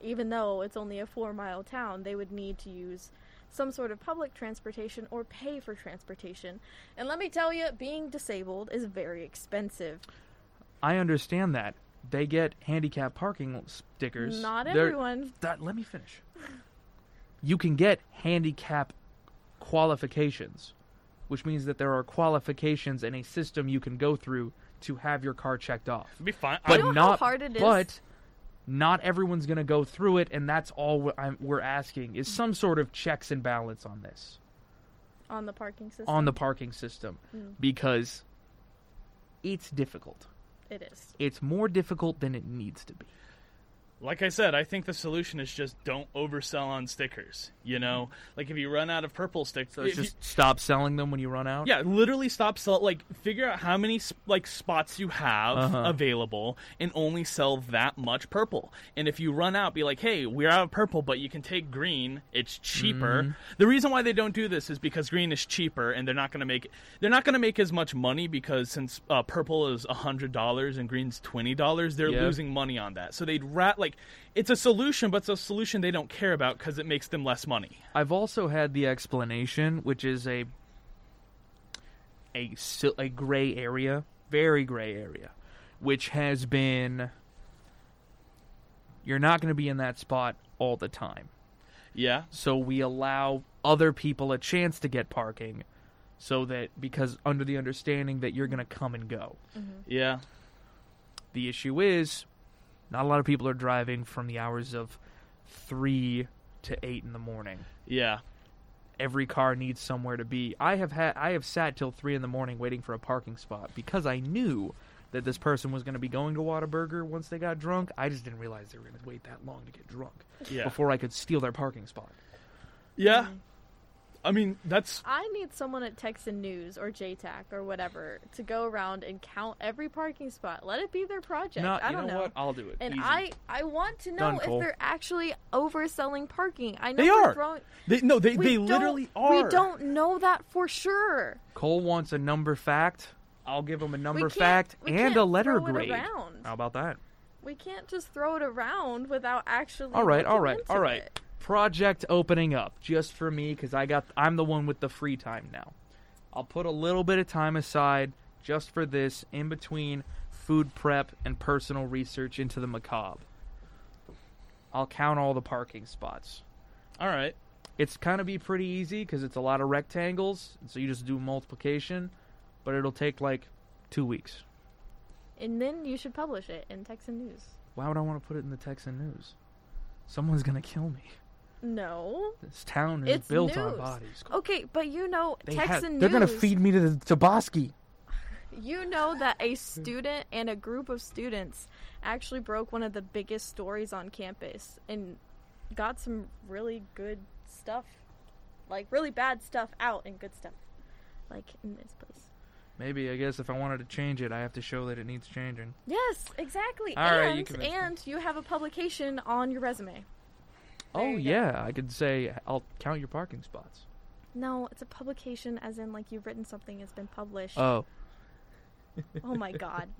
[SPEAKER 3] even though it's only a four mile town. They would need to use some sort of public transportation or pay for transportation. And let me tell you, being disabled is very expensive.
[SPEAKER 1] I understand that. They get handicap parking stickers.
[SPEAKER 3] Not
[SPEAKER 1] They're-
[SPEAKER 3] everyone.
[SPEAKER 1] that- let me finish. You can get handicap qualifications, which means that there are qualifications in a system you can go through to have your car checked off.
[SPEAKER 2] It'd be fine.
[SPEAKER 1] But
[SPEAKER 2] I,
[SPEAKER 3] know how
[SPEAKER 1] not
[SPEAKER 3] hard it is?
[SPEAKER 1] but not everyone's going to go through it and that's all we- I'm, we're asking is some sort of checks and balance on this
[SPEAKER 3] On the parking system.
[SPEAKER 1] on the parking system
[SPEAKER 3] Hmm.
[SPEAKER 1] because it's difficult.
[SPEAKER 3] It is.
[SPEAKER 1] It's more difficult than it needs to be.
[SPEAKER 2] like I said, I think the solution is just don't oversell on stickers. You know, like if you run out of purple stickers,
[SPEAKER 1] So it's just stop selling them when you run out.
[SPEAKER 2] Yeah, literally stop sell like figure out how many s- like spots you have
[SPEAKER 1] Uh-huh.
[SPEAKER 2] available and only sell that much purple. And if you run out, be like, "Hey, we're out of purple, but you can take green. It's cheaper."
[SPEAKER 1] Mm-hmm.
[SPEAKER 2] The reason why they don't do this is because green is cheaper and they're not going to make they're not going to make as much money because since uh, purple is $100 and green's $20, they're
[SPEAKER 1] Yeah.
[SPEAKER 2] losing money on that. So they'd rat like it's a solution, but it's a solution they don't care about cuz it makes them less money.
[SPEAKER 1] I've also had the explanation, which is a a sil- a gray area, very gray area, which has been you're not going to be in that spot all the time.
[SPEAKER 2] Yeah.
[SPEAKER 1] So we allow other people a chance to get parking so that because under the understanding that you're going to come and go.
[SPEAKER 2] Yeah.
[SPEAKER 1] The issue is, not a lot of people are driving from the hours of three to eight in the morning,
[SPEAKER 2] Yeah.
[SPEAKER 1] every car needs somewhere to be. I have had I have sat till three in the morning waiting for a parking spot because I knew that this person was going to be going to Whataburger once they got drunk. I just didn't realize they were going to wait that long to get drunk
[SPEAKER 2] Yeah.
[SPEAKER 1] before I could steal their parking spot.
[SPEAKER 2] Yeah. I mean, that's
[SPEAKER 3] I need someone at Texan News or JTAC or whatever to go around and count every parking spot. Let it be their project.
[SPEAKER 1] No,
[SPEAKER 3] I
[SPEAKER 1] you
[SPEAKER 3] don't
[SPEAKER 1] know, what? I'll do it.
[SPEAKER 3] And
[SPEAKER 1] Easy.
[SPEAKER 3] I, I want to know
[SPEAKER 1] Done,
[SPEAKER 3] if
[SPEAKER 1] Cole.
[SPEAKER 3] they're actually overselling parking. I know
[SPEAKER 2] They
[SPEAKER 3] we're
[SPEAKER 2] are.
[SPEAKER 3] Throwing,
[SPEAKER 2] they no, they
[SPEAKER 3] we
[SPEAKER 2] they
[SPEAKER 3] don't-
[SPEAKER 2] literally are.
[SPEAKER 3] We don't know that for sure.
[SPEAKER 1] Cole wants a number fact. I'll give him a
[SPEAKER 3] We
[SPEAKER 1] number
[SPEAKER 3] can't-
[SPEAKER 1] fact
[SPEAKER 3] we
[SPEAKER 1] and
[SPEAKER 3] can't
[SPEAKER 1] a letter
[SPEAKER 3] throw it
[SPEAKER 1] grade.
[SPEAKER 3] around.
[SPEAKER 1] How about that?
[SPEAKER 3] We can't just throw it around without actually.
[SPEAKER 1] All right, all
[SPEAKER 3] looking
[SPEAKER 1] right,
[SPEAKER 3] into
[SPEAKER 1] all right.
[SPEAKER 3] it.
[SPEAKER 1] Project opening up just for me because I got I'm the one with the free time now. I'll put a little bit of time aside just for this in between food prep and personal research into the macabre. I'll count all the parking spots.
[SPEAKER 2] All right.
[SPEAKER 1] It's kind of be pretty easy because it's a lot of rectangles, so you just do multiplication, but it'll take like two weeks.
[SPEAKER 3] And then you should publish it in Texan News.
[SPEAKER 1] Why would I want to put it in the Texan news? Someone's gonna kill me.
[SPEAKER 3] No.
[SPEAKER 1] This town is
[SPEAKER 3] It's
[SPEAKER 1] built on
[SPEAKER 3] news.
[SPEAKER 1] bodies.
[SPEAKER 3] Okay, but you know
[SPEAKER 1] They
[SPEAKER 3] Texan
[SPEAKER 1] had-
[SPEAKER 3] News.
[SPEAKER 1] They're gonna feed me to the to Bosky.
[SPEAKER 3] You know that a student and a group of students actually broke one of the biggest stories on campus and got some really good stuff, like really bad stuff out and good stuff, like in this place.
[SPEAKER 1] Maybe I guess if I wanted to change it, I have to show that it needs changing.
[SPEAKER 3] Yes, exactly.
[SPEAKER 1] All right, you
[SPEAKER 3] and
[SPEAKER 1] convinced me.
[SPEAKER 3] and you have a publication on your resume. There
[SPEAKER 1] Oh
[SPEAKER 3] you go.
[SPEAKER 1] yeah, I could say I'll count your parking spots.
[SPEAKER 3] No, it's a publication, as in like you've written something, it's been published.
[SPEAKER 1] Oh,
[SPEAKER 3] oh my god!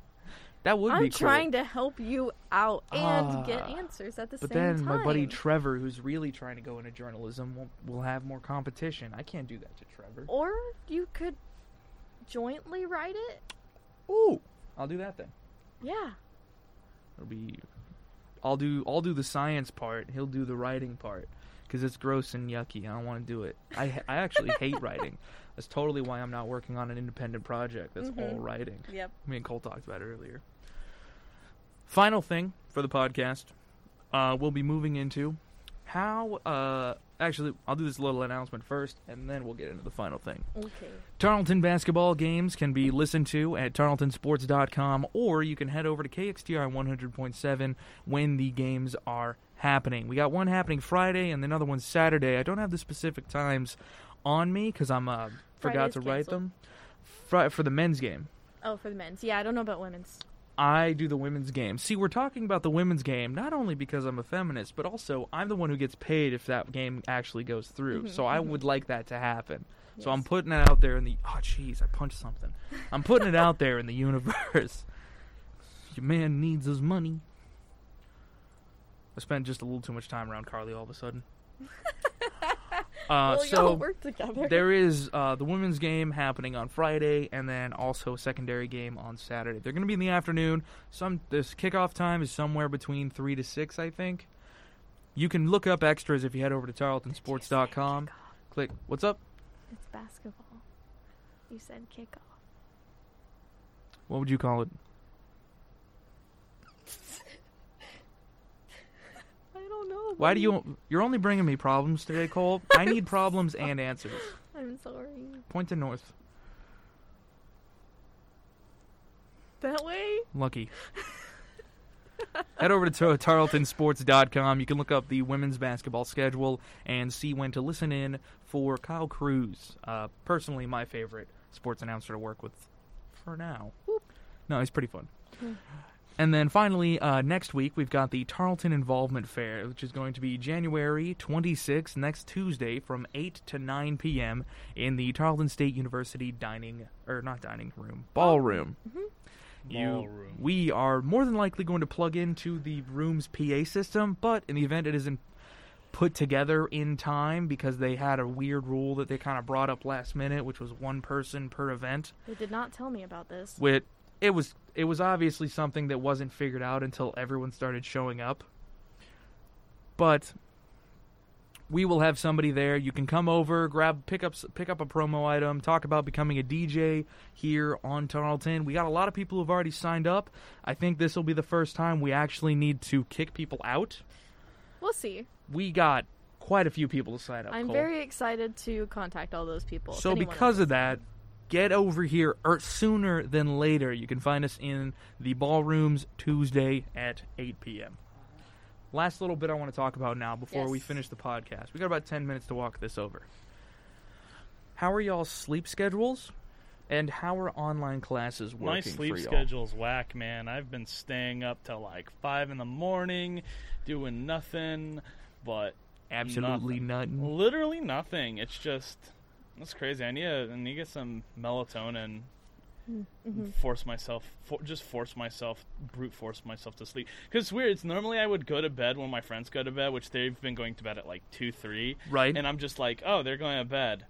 [SPEAKER 1] that would be
[SPEAKER 3] I'm
[SPEAKER 1] cool.
[SPEAKER 3] trying to help you out and get
[SPEAKER 1] Ah,
[SPEAKER 3] answers at the
[SPEAKER 1] But
[SPEAKER 3] same
[SPEAKER 1] then
[SPEAKER 3] time.
[SPEAKER 1] my buddy Trevor, who's really trying to go into journalism, will, will have more competition. I can't do that to Trevor.
[SPEAKER 3] Or you could jointly write it.
[SPEAKER 1] Ooh, I'll do that then.
[SPEAKER 3] Yeah.
[SPEAKER 1] It'll be, I'll do I'll do the science part. He'll do the writing part because it's gross and yucky. I don't want to do it. I I actually hate writing. That's totally why I'm not working on an independent project. That's all
[SPEAKER 3] Mhm.
[SPEAKER 1] writing.
[SPEAKER 3] Yep.
[SPEAKER 1] Me and Cole talked about it earlier. Final thing for the podcast, uh, we'll be moving into how. Uh, actually, I'll do this little announcement first, and then we'll get into the final thing.
[SPEAKER 3] Okay.
[SPEAKER 1] Tarleton basketball games can be listened to at tarletonsports.com, or you can head over to KXTR 100.7 when the games are happening. We got one happening Friday and another one Saturday. I don't have the specific times on me because I'm uh, forgot
[SPEAKER 3] Friday's
[SPEAKER 1] to write
[SPEAKER 3] canceled.
[SPEAKER 1] them. Fri- for the men's game.
[SPEAKER 3] Oh, for the men's. Yeah, I don't know about women's.
[SPEAKER 1] I do the women's game. See, we're talking about the women's game not only because I'm a feminist, but also I'm the one who gets paid if that game actually goes through. so I would like that to happen. So I'm
[SPEAKER 3] Mm-hmm, Yes.
[SPEAKER 1] putting it out there in the oh jeez, I punched something. I'm putting it out there in the universe. Your man needs his money. I spent just a little too much time around Carly all of a sudden. Uh,
[SPEAKER 3] well,
[SPEAKER 1] so
[SPEAKER 3] y'all work together.
[SPEAKER 1] there is uh, the women's game happening on Friday, and then also a secondary game on Saturday. They're going to be in the afternoon. Some this kickoff time is somewhere between three to six, I think. You can look up extras if you head over to tarletonsports.com. Click. What's up?
[SPEAKER 3] It's basketball. You said kickoff.
[SPEAKER 1] What would you call it?
[SPEAKER 3] I don't know.
[SPEAKER 1] Why do
[SPEAKER 3] buddy.
[SPEAKER 1] you? You're only bringing me problems today, Cole. I need problems and answers.
[SPEAKER 3] I'm sorry.
[SPEAKER 1] Point to north.
[SPEAKER 3] That way?
[SPEAKER 1] Lucky. Head over to tarletonsports.com. You can look up the women's basketball schedule and see when to listen in for Kyle Cruz. Uh, personally, my favorite sports announcer to work with for now.
[SPEAKER 3] Whoop.
[SPEAKER 1] No, he's pretty fun. And then finally, uh, next week, we've got the Tarleton Involvement Fair, which is going to be January 26th, next Tuesday, from 8 to 9 p.m. in the Tarleton State University dining, or not dining room, ballroom. You,
[SPEAKER 2] Ballroom.
[SPEAKER 1] we are more than likely going to plug into the room's PA system, but in the event it isn't put together in time because they had a weird rule that they kind of brought up last minute, which was one person per event.
[SPEAKER 3] They did not tell me about this.
[SPEAKER 1] With it was it was obviously something that wasn't figured out until everyone started showing up. But we will have somebody there. You can come over, grab pick up s- pick up a promo item, talk about becoming a DJ here on Tarleton. We got a lot of people who've already signed up. I think this will be the first time we actually need to kick people out.
[SPEAKER 3] We'll see.
[SPEAKER 1] We got quite a few people to sign up.
[SPEAKER 3] I'm
[SPEAKER 1] Cole.
[SPEAKER 3] very excited to contact all those people. if
[SPEAKER 1] So
[SPEAKER 3] anyone
[SPEAKER 1] because
[SPEAKER 3] else
[SPEAKER 1] of that, get over here er, sooner than later. You can find us in the ballrooms Tuesday at 8 p.m. Last little bit I want to talk about now before we
[SPEAKER 3] Yes.
[SPEAKER 1] finish the podcast. We got about 10 minutes to walk this over. How are y'all's sleep schedules? And how are online classes working
[SPEAKER 2] My sleep
[SPEAKER 1] for y'all?
[SPEAKER 2] schedule's whack, man. I've been staying up till like five in the morning, doing nothing, but
[SPEAKER 1] Absolutely nothing.
[SPEAKER 2] literally nothing. It's just that's crazy. I need to, I need to get some melatonin. and Force myself, for, just force myself, brute force myself to sleep. Because it's weird. It's normally I would go to bed when my friends go to bed, which they've been going to bed at like two, three.
[SPEAKER 1] Right.
[SPEAKER 2] And I'm just like, oh, they're going to bed.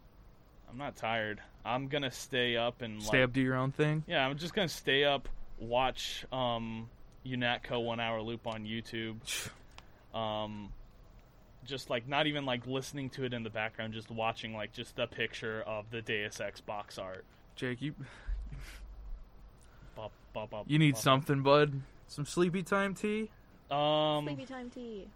[SPEAKER 2] I'm not tired. I'm gonna stay up and
[SPEAKER 1] Stay
[SPEAKER 2] like,
[SPEAKER 1] up, do your own thing.
[SPEAKER 2] yeah, I'm just gonna stay up, watch um UNATCO one hour loop on YouTube. Um just like not even like listening to it in the background, just watching like just the picture of the Deus Ex box art.
[SPEAKER 1] Jake, you
[SPEAKER 2] Bop, bop, bop,
[SPEAKER 1] you need
[SPEAKER 2] bop.
[SPEAKER 1] something, bud. Some sleepy time tea?
[SPEAKER 2] Um
[SPEAKER 3] Sleepy time tea.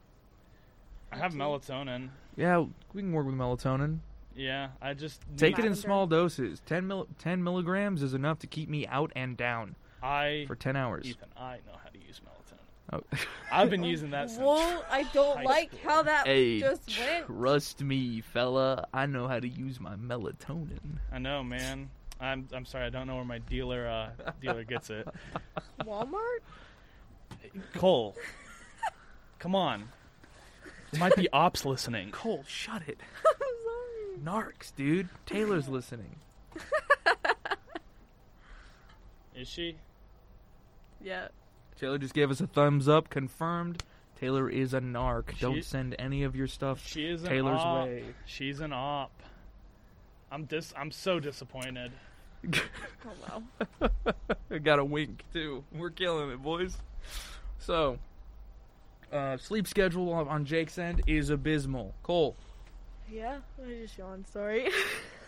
[SPEAKER 2] I have melatonin.
[SPEAKER 1] Yeah, we can work with melatonin.
[SPEAKER 2] Yeah, I just
[SPEAKER 1] Take it in
[SPEAKER 3] Lavender.
[SPEAKER 1] small doses. 10, mil- 10 milligrams is enough to keep me out and down
[SPEAKER 2] I
[SPEAKER 1] for 10 hours.
[SPEAKER 2] Ethan, I know how to use melatonin.
[SPEAKER 1] Oh.
[SPEAKER 2] I've been using that since
[SPEAKER 3] Whoa, I don't
[SPEAKER 2] high
[SPEAKER 3] like
[SPEAKER 2] school.
[SPEAKER 3] how that
[SPEAKER 1] hey,
[SPEAKER 3] just went.
[SPEAKER 1] trust me, fella. I know how to use my melatonin.
[SPEAKER 2] I know, man. I'm I'm sorry, I don't know where my dealer uh dealer gets it.
[SPEAKER 3] Walmart?
[SPEAKER 2] Cole, come on. Might be ops listening.
[SPEAKER 1] Cole, shut it.
[SPEAKER 3] I'm sorry.
[SPEAKER 1] Narcs, dude. Taylor's listening.
[SPEAKER 2] Is she?
[SPEAKER 3] Yeah.
[SPEAKER 1] Taylor just gave us a thumbs up. Confirmed. Taylor is a narc.
[SPEAKER 2] She-
[SPEAKER 1] Don't send any of your stuff
[SPEAKER 2] She is an
[SPEAKER 1] Taylor's
[SPEAKER 2] op.
[SPEAKER 1] way.
[SPEAKER 2] She's an op. I'm dis. I'm so disappointed.
[SPEAKER 3] Oh well.
[SPEAKER 1] I got a wink too. We're killing it, boys. So, uh, sleep schedule on- on Jake's end is abysmal. Cole,
[SPEAKER 3] Yeah, I just yawned. Sorry.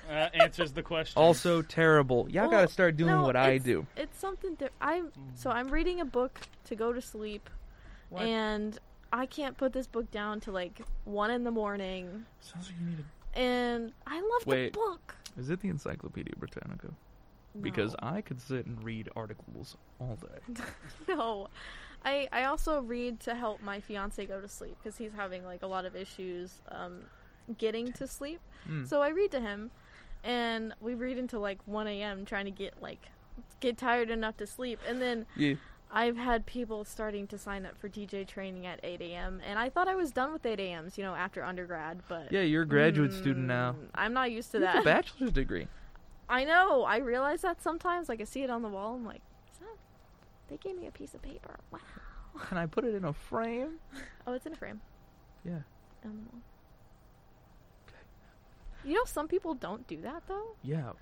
[SPEAKER 2] Uh, answers the question.
[SPEAKER 1] also terrible. Y'all
[SPEAKER 3] Well,
[SPEAKER 1] gotta start doing
[SPEAKER 3] no,
[SPEAKER 1] what I
[SPEAKER 3] it's-
[SPEAKER 1] do.
[SPEAKER 3] It's something that I'm. So I'm reading a book to go to sleep,
[SPEAKER 1] What?
[SPEAKER 3] and I can't put this book down to like one in the morning.
[SPEAKER 1] Sounds like you need
[SPEAKER 3] And I love
[SPEAKER 1] Wait.
[SPEAKER 3] the book.
[SPEAKER 1] a- Is it the Encyclopedia Britannica? Because I could sit and read articles all day.
[SPEAKER 3] No. I, I also read to help my fiance go to sleep because he's having like a lot of issues um, getting to sleep.
[SPEAKER 1] Mm.
[SPEAKER 3] So I read to him, and we read until like 1 a.m. trying to get like get tired enough to sleep. And then
[SPEAKER 1] Yeah.
[SPEAKER 3] I've had people starting to sign up for DJ training at 8 a.m. And I thought I was done with 8 a.m.s, you know, after undergrad. But
[SPEAKER 1] Yeah, you're a graduate student now.
[SPEAKER 3] Mm, I'm not used to
[SPEAKER 1] You have a
[SPEAKER 3] that.
[SPEAKER 1] bachelor's degree.
[SPEAKER 3] I know. I realize that sometimes. Like I see it on the wall. I'm like, "Is that- they gave me a piece of paper. Wow.
[SPEAKER 1] Can I put it in a frame?
[SPEAKER 3] Oh, it's in a frame.
[SPEAKER 1] Yeah.
[SPEAKER 3] Um, you know, some people don't do that though.
[SPEAKER 1] Yeah.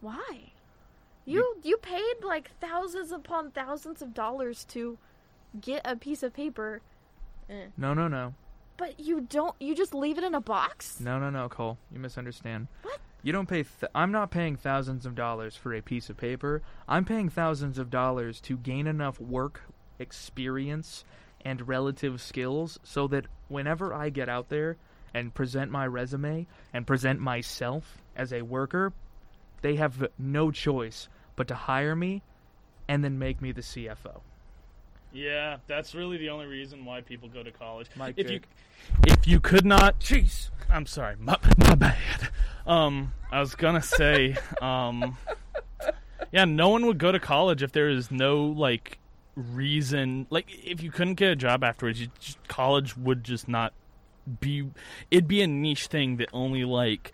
[SPEAKER 3] Why?
[SPEAKER 1] You-
[SPEAKER 3] You you paid like thousands upon thousands of dollars to get a piece of paper, eh,
[SPEAKER 1] No, no, no.
[SPEAKER 3] but you don't. You just leave it in a box.
[SPEAKER 1] No, no, no, Cole. You misunderstand.
[SPEAKER 3] What?
[SPEAKER 1] You don't pay. Th- I'm not paying thousands of dollars for a piece of paper. I'm paying thousands of dollars to gain enough work experience and relative skills so that whenever I get out there and present my resume and present myself as a worker, they have no choice but to hire me and then make me the CFO.
[SPEAKER 2] Yeah, that's really the only reason why people go to college.
[SPEAKER 1] Mike
[SPEAKER 2] if you
[SPEAKER 1] Jake.
[SPEAKER 2] if you could not,
[SPEAKER 1] Jeez.
[SPEAKER 2] I'm sorry. My, my bad. Um, I was gonna say, um, yeah, no one would go to college if there is no like reason. Like, if you couldn't get a job afterwards, you just, college would just not be. It'd be a niche thing that only like,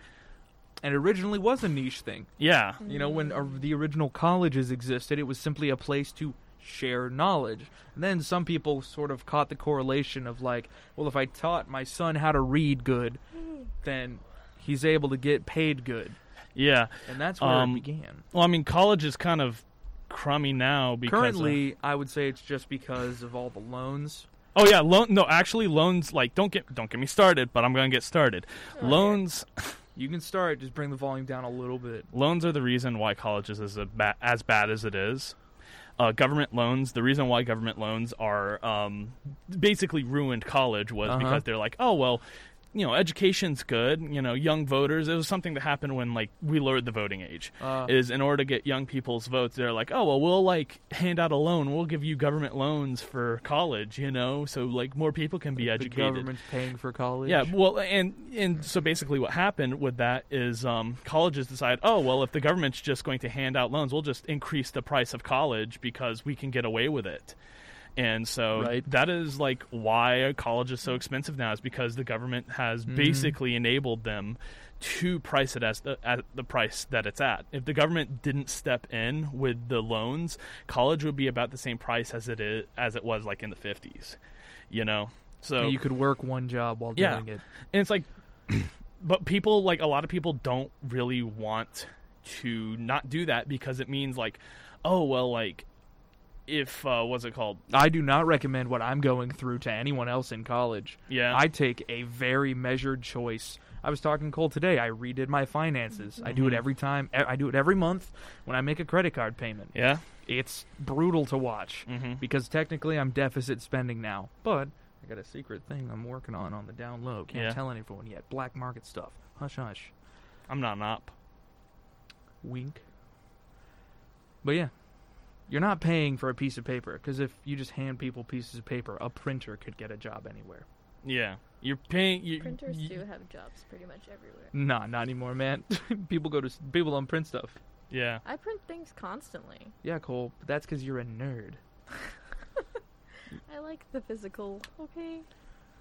[SPEAKER 1] And it originally was a niche thing.
[SPEAKER 2] yeah,
[SPEAKER 1] You know, when or- the original colleges existed, it was simply a place to share knowledge. And then some people sort of caught the correlation of like, well, if I taught my son how to read good, then he's able to get paid good,
[SPEAKER 2] yeah.
[SPEAKER 1] and that's where
[SPEAKER 2] Um,
[SPEAKER 1] it began.
[SPEAKER 2] Well, I mean, college is kind of crummy now because of-
[SPEAKER 1] Currently, I would say it's just because of all the loans.
[SPEAKER 2] oh yeah, loan. No, actually, loans. Like, don't get don't get me started, but I'm gonna get started. Loans
[SPEAKER 1] You can start just bring the volume down a little bit.
[SPEAKER 2] loans are the reason why college is as, a ba- as bad as it is. Uh, government loans, the reason why government loans are um, basically ruined college was
[SPEAKER 1] Uh-huh.
[SPEAKER 2] because they're like, oh, well, you know, education's good. You know, young voters. It was something that happened when like we lowered the voting age.
[SPEAKER 1] Uh.
[SPEAKER 2] is in order to get young people's votes, they're like, oh well, we'll like hand out a loan. We'll give you government loans for college. You know, so like more people can be
[SPEAKER 1] The
[SPEAKER 2] educated.
[SPEAKER 1] government's paying for college.
[SPEAKER 2] Yeah, well, and and so basically, what happened with that is um, colleges decide, oh, well, if the government's just going to hand out loans, we'll just increase the price of college because we can get away with it. And so
[SPEAKER 1] Right.
[SPEAKER 2] that is like why a college is so expensive now is because the government has
[SPEAKER 1] Mm-hmm.
[SPEAKER 2] basically enabled them to price it as the, at the price that it's at. If the government didn't step in with the loans, college would be about the same price as it is as it was like in the 50s. You know. So
[SPEAKER 1] And you could work one job while
[SPEAKER 2] Yeah.
[SPEAKER 1] doing it.
[SPEAKER 2] and it's like but people like a lot of people don't really want to not do that because it means like oh well like if uh what's it called
[SPEAKER 1] I do not recommend what I'm going through to anyone else in college.
[SPEAKER 2] yeah
[SPEAKER 1] I take a very measured choice. I was talking to Cole today. I redid my finances. I do it
[SPEAKER 2] Mhm.
[SPEAKER 1] every time. e- I do it every month when I make a credit card payment.
[SPEAKER 2] yeah
[SPEAKER 1] It's brutal to watch
[SPEAKER 2] mm-hmm.
[SPEAKER 1] because technically I'm deficit spending now, but I got a secret thing I'm working on on the down low. Can't
[SPEAKER 2] Yeah.
[SPEAKER 1] tell anyone yet. Black market stuff. Hush hush.
[SPEAKER 2] i'm not an op
[SPEAKER 1] Wink. But yeah, you're not paying for a piece of paper because if you just hand people pieces of paper, a printer could get a job anywhere.
[SPEAKER 2] yeah you're paying you,
[SPEAKER 3] Printers
[SPEAKER 2] you-
[SPEAKER 3] do have jobs pretty much everywhere.
[SPEAKER 1] Nah, not anymore, man. people go to s- people don't print stuff.
[SPEAKER 2] yeah
[SPEAKER 3] I print things constantly.
[SPEAKER 1] Yeah, Cole, but that's because you're a nerd.
[SPEAKER 3] I like the physical. Okay.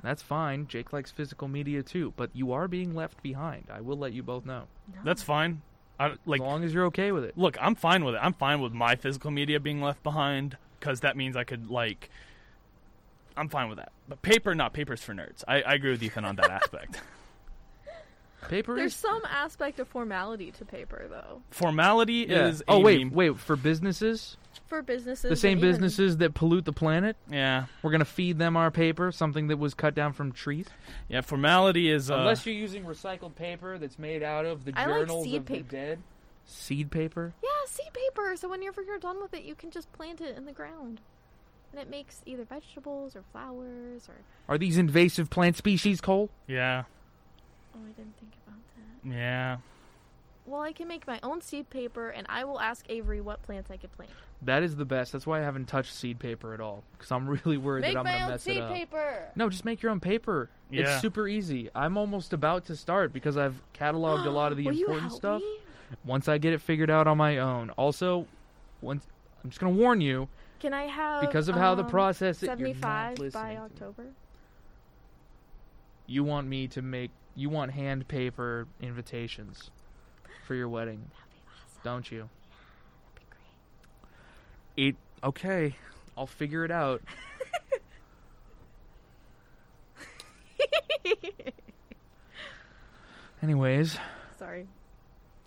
[SPEAKER 1] That's fine. Jake likes physical media too, but you are being left behind. I will let you both know.
[SPEAKER 3] No.
[SPEAKER 2] that's fine i like
[SPEAKER 1] as long as you're okay with it.
[SPEAKER 2] look i'm fine with it i'm fine with my physical media being left behind because that means i could like i'm fine with that but paper not papers for nerds i, I agree with ethan on that aspect
[SPEAKER 1] Paper
[SPEAKER 3] There's
[SPEAKER 1] is
[SPEAKER 3] some aspect of formality to paper, though.
[SPEAKER 2] formality
[SPEAKER 1] yeah.
[SPEAKER 2] is
[SPEAKER 1] oh
[SPEAKER 2] a
[SPEAKER 1] wait,
[SPEAKER 2] meme.
[SPEAKER 1] wait for businesses,
[SPEAKER 3] For businesses,
[SPEAKER 1] the same
[SPEAKER 3] and even-
[SPEAKER 1] businesses that pollute the planet.
[SPEAKER 2] yeah
[SPEAKER 1] We're gonna feed them our paper, something that was cut down from trees.
[SPEAKER 2] Yeah, formality is uh,
[SPEAKER 1] Unless you're using recycled paper that's made out of the
[SPEAKER 3] I like
[SPEAKER 1] journals
[SPEAKER 3] seed
[SPEAKER 1] of the
[SPEAKER 3] paper.
[SPEAKER 1] dead. Seed paper?
[SPEAKER 3] Yeah, seed paper. So whenever you're done with it, you can just plant it in the ground, and it makes either vegetables or flowers or.
[SPEAKER 1] Are these invasive plant species, Cole?
[SPEAKER 2] yeah,
[SPEAKER 3] Oh, I didn't think about that.
[SPEAKER 2] yeah.
[SPEAKER 3] Well, I can make my own seed paper, and I will ask Avery what plants I could plant.
[SPEAKER 1] That is the best. That's why I haven't touched seed paper at all because I'm really worried
[SPEAKER 3] Make
[SPEAKER 1] that I'm
[SPEAKER 3] my
[SPEAKER 1] gonna
[SPEAKER 3] own
[SPEAKER 1] mess
[SPEAKER 3] seed
[SPEAKER 1] it up.
[SPEAKER 3] paper.
[SPEAKER 1] No, just make your own paper.
[SPEAKER 2] Yeah.
[SPEAKER 1] It's super easy. I'm almost about to start because I've cataloged a lot of the
[SPEAKER 3] Will you
[SPEAKER 1] important
[SPEAKER 3] help
[SPEAKER 1] stuff.
[SPEAKER 3] me?
[SPEAKER 1] Once I get it figured out on my own. Also, once I'm just gonna warn you
[SPEAKER 3] Can I have
[SPEAKER 1] because of how the
[SPEAKER 3] um,
[SPEAKER 1] process. it- you're not
[SPEAKER 3] 75
[SPEAKER 1] listening
[SPEAKER 3] by
[SPEAKER 1] to me.
[SPEAKER 3] October?
[SPEAKER 1] You want me to make. You want hand paper invitations for your wedding,
[SPEAKER 3] That'd be awesome.
[SPEAKER 1] don't you?
[SPEAKER 3] That'd be great.
[SPEAKER 1] It okay. I'll figure it out. Anyways,
[SPEAKER 3] Sorry.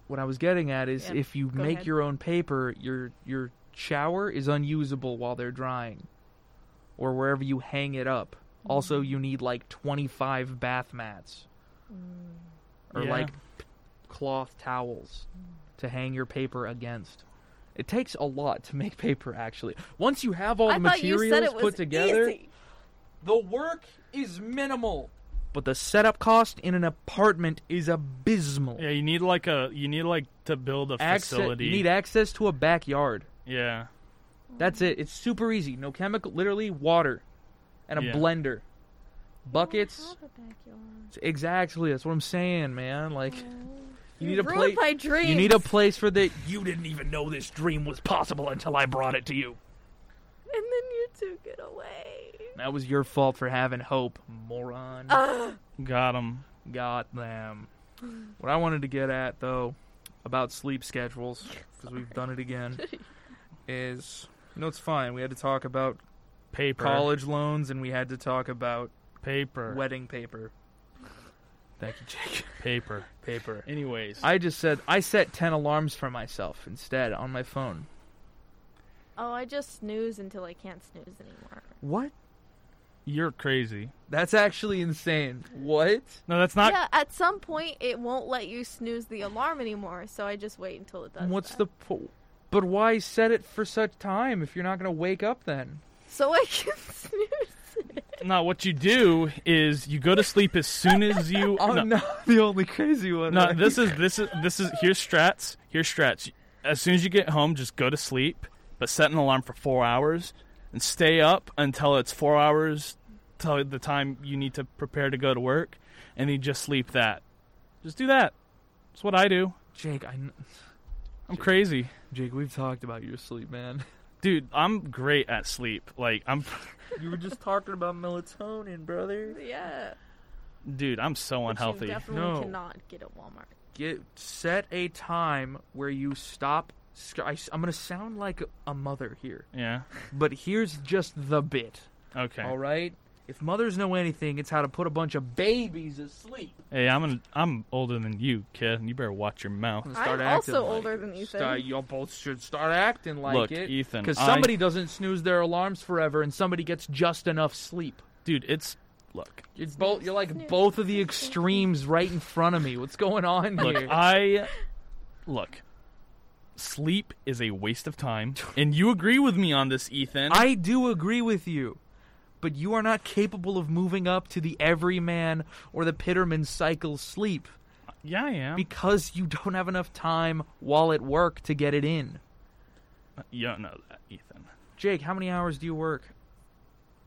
[SPEAKER 1] what I was getting at is
[SPEAKER 3] Yeah,
[SPEAKER 1] if you
[SPEAKER 3] go
[SPEAKER 1] make
[SPEAKER 3] ahead.
[SPEAKER 1] your own paper, your your shower is unusable while they're drying or wherever you hang it up. Also,
[SPEAKER 3] Mm-hmm.
[SPEAKER 1] you need like 25 bath mats or
[SPEAKER 2] Yeah.
[SPEAKER 1] like p- cloth towels
[SPEAKER 3] Mm.
[SPEAKER 1] to hang your paper against. It takes a lot to make paper actually. Once you have all
[SPEAKER 3] I
[SPEAKER 1] the
[SPEAKER 3] thought you
[SPEAKER 1] materials
[SPEAKER 3] said it was
[SPEAKER 1] put together,
[SPEAKER 3] easy.
[SPEAKER 1] The work is minimal, but the setup cost in an apartment is abysmal.
[SPEAKER 2] Yeah, you need like a you need like to build a
[SPEAKER 1] Access,
[SPEAKER 2] facility.
[SPEAKER 1] you need access to a backyard.
[SPEAKER 2] yeah,
[SPEAKER 1] That's it. It's super easy. No chemical, literally water and a
[SPEAKER 2] Yeah.
[SPEAKER 1] blender.
[SPEAKER 3] I
[SPEAKER 1] Buckets.
[SPEAKER 3] don't have a backyard.
[SPEAKER 1] Exactly. That's what I'm saying, man. Like you need a
[SPEAKER 3] ruined
[SPEAKER 1] place
[SPEAKER 3] my dreams.
[SPEAKER 1] you need a place for the You didn't even know this dream was possible until I brought it to you.
[SPEAKER 3] And then you two get away.
[SPEAKER 1] That was your fault for having hope, moron.
[SPEAKER 3] Ugh.
[SPEAKER 2] got him.
[SPEAKER 1] Got them. What I wanted to get at, though, about sleep schedules, because we've done it again, is no, it's fine. We had to talk about
[SPEAKER 2] Paper,
[SPEAKER 1] college loans and we had to talk about
[SPEAKER 2] paper,
[SPEAKER 1] wedding paper. Thank you, Jake.
[SPEAKER 2] paper.
[SPEAKER 1] Paper.
[SPEAKER 2] Anyways,
[SPEAKER 1] I just said I set ten alarms for myself instead on my phone.
[SPEAKER 3] Oh, I just snooze until I can't snooze anymore.
[SPEAKER 1] What?
[SPEAKER 2] you're crazy.
[SPEAKER 1] That's actually insane. What?
[SPEAKER 2] No, that's not.
[SPEAKER 3] yeah, at some point it won't let you snooze the alarm anymore, so I just wait until it does.
[SPEAKER 1] What's
[SPEAKER 3] that.
[SPEAKER 1] the po- But why set it for such time if you're not gonna wake up then?
[SPEAKER 3] So I can snooze. it.
[SPEAKER 2] now what you do is you go to sleep as soon as you.
[SPEAKER 1] I'm
[SPEAKER 2] no,
[SPEAKER 1] not Oh, the only crazy one.
[SPEAKER 2] no,
[SPEAKER 1] right?
[SPEAKER 2] this is this is this is here's strats. Here's strats. As soon as you get home, just go to sleep, but set an alarm for four hours and stay up until it's four hours till the time you need to prepare to go to work, and then you just sleep that. Just do that. That's what I do.
[SPEAKER 1] Jake. I kn-
[SPEAKER 2] I'm crazy.
[SPEAKER 1] Jake, we've talked about your sleep, man.
[SPEAKER 2] Dude, I'm great at sleep. Like I'm
[SPEAKER 1] You were just talking about melatonin, brother.
[SPEAKER 3] Yeah.
[SPEAKER 2] dude, I'm so
[SPEAKER 3] Which
[SPEAKER 2] unhealthy.
[SPEAKER 3] You definitely
[SPEAKER 1] No.
[SPEAKER 3] cannot get at Walmart.
[SPEAKER 1] Get set a time where you stop. sc- I, am gonna sound like a mother here,
[SPEAKER 2] Yeah.
[SPEAKER 1] but here's just the bit.
[SPEAKER 2] Okay.
[SPEAKER 1] All right. If mothers know anything, it's how to put a bunch of babies asleep.
[SPEAKER 2] Hey, I'm an, I'm older than you, kid. You better watch your mouth.
[SPEAKER 1] And
[SPEAKER 3] I'm also older than Ethan.
[SPEAKER 1] Start- y'all both should start acting like
[SPEAKER 2] Look,
[SPEAKER 1] it.
[SPEAKER 2] Ethan,
[SPEAKER 1] because
[SPEAKER 2] I-
[SPEAKER 1] somebody doesn't snooze their alarms forever, and somebody gets just enough sleep.
[SPEAKER 2] Dude, it's look.
[SPEAKER 1] You're both. You're like
[SPEAKER 3] snooze,
[SPEAKER 1] both of the extremes right in front of me. What's going on
[SPEAKER 2] Look,
[SPEAKER 1] here?
[SPEAKER 2] I look. Sleep is a waste of time, and you agree with me on this, Ethan.
[SPEAKER 1] I do agree with you, but you are not capable of moving up to the everyman or the pitterman cycle sleep
[SPEAKER 2] yeah, I am.
[SPEAKER 1] because you don't have enough time while at work to get it in.
[SPEAKER 2] you don't know that, Ethan.
[SPEAKER 1] Jake, how many hours do you work?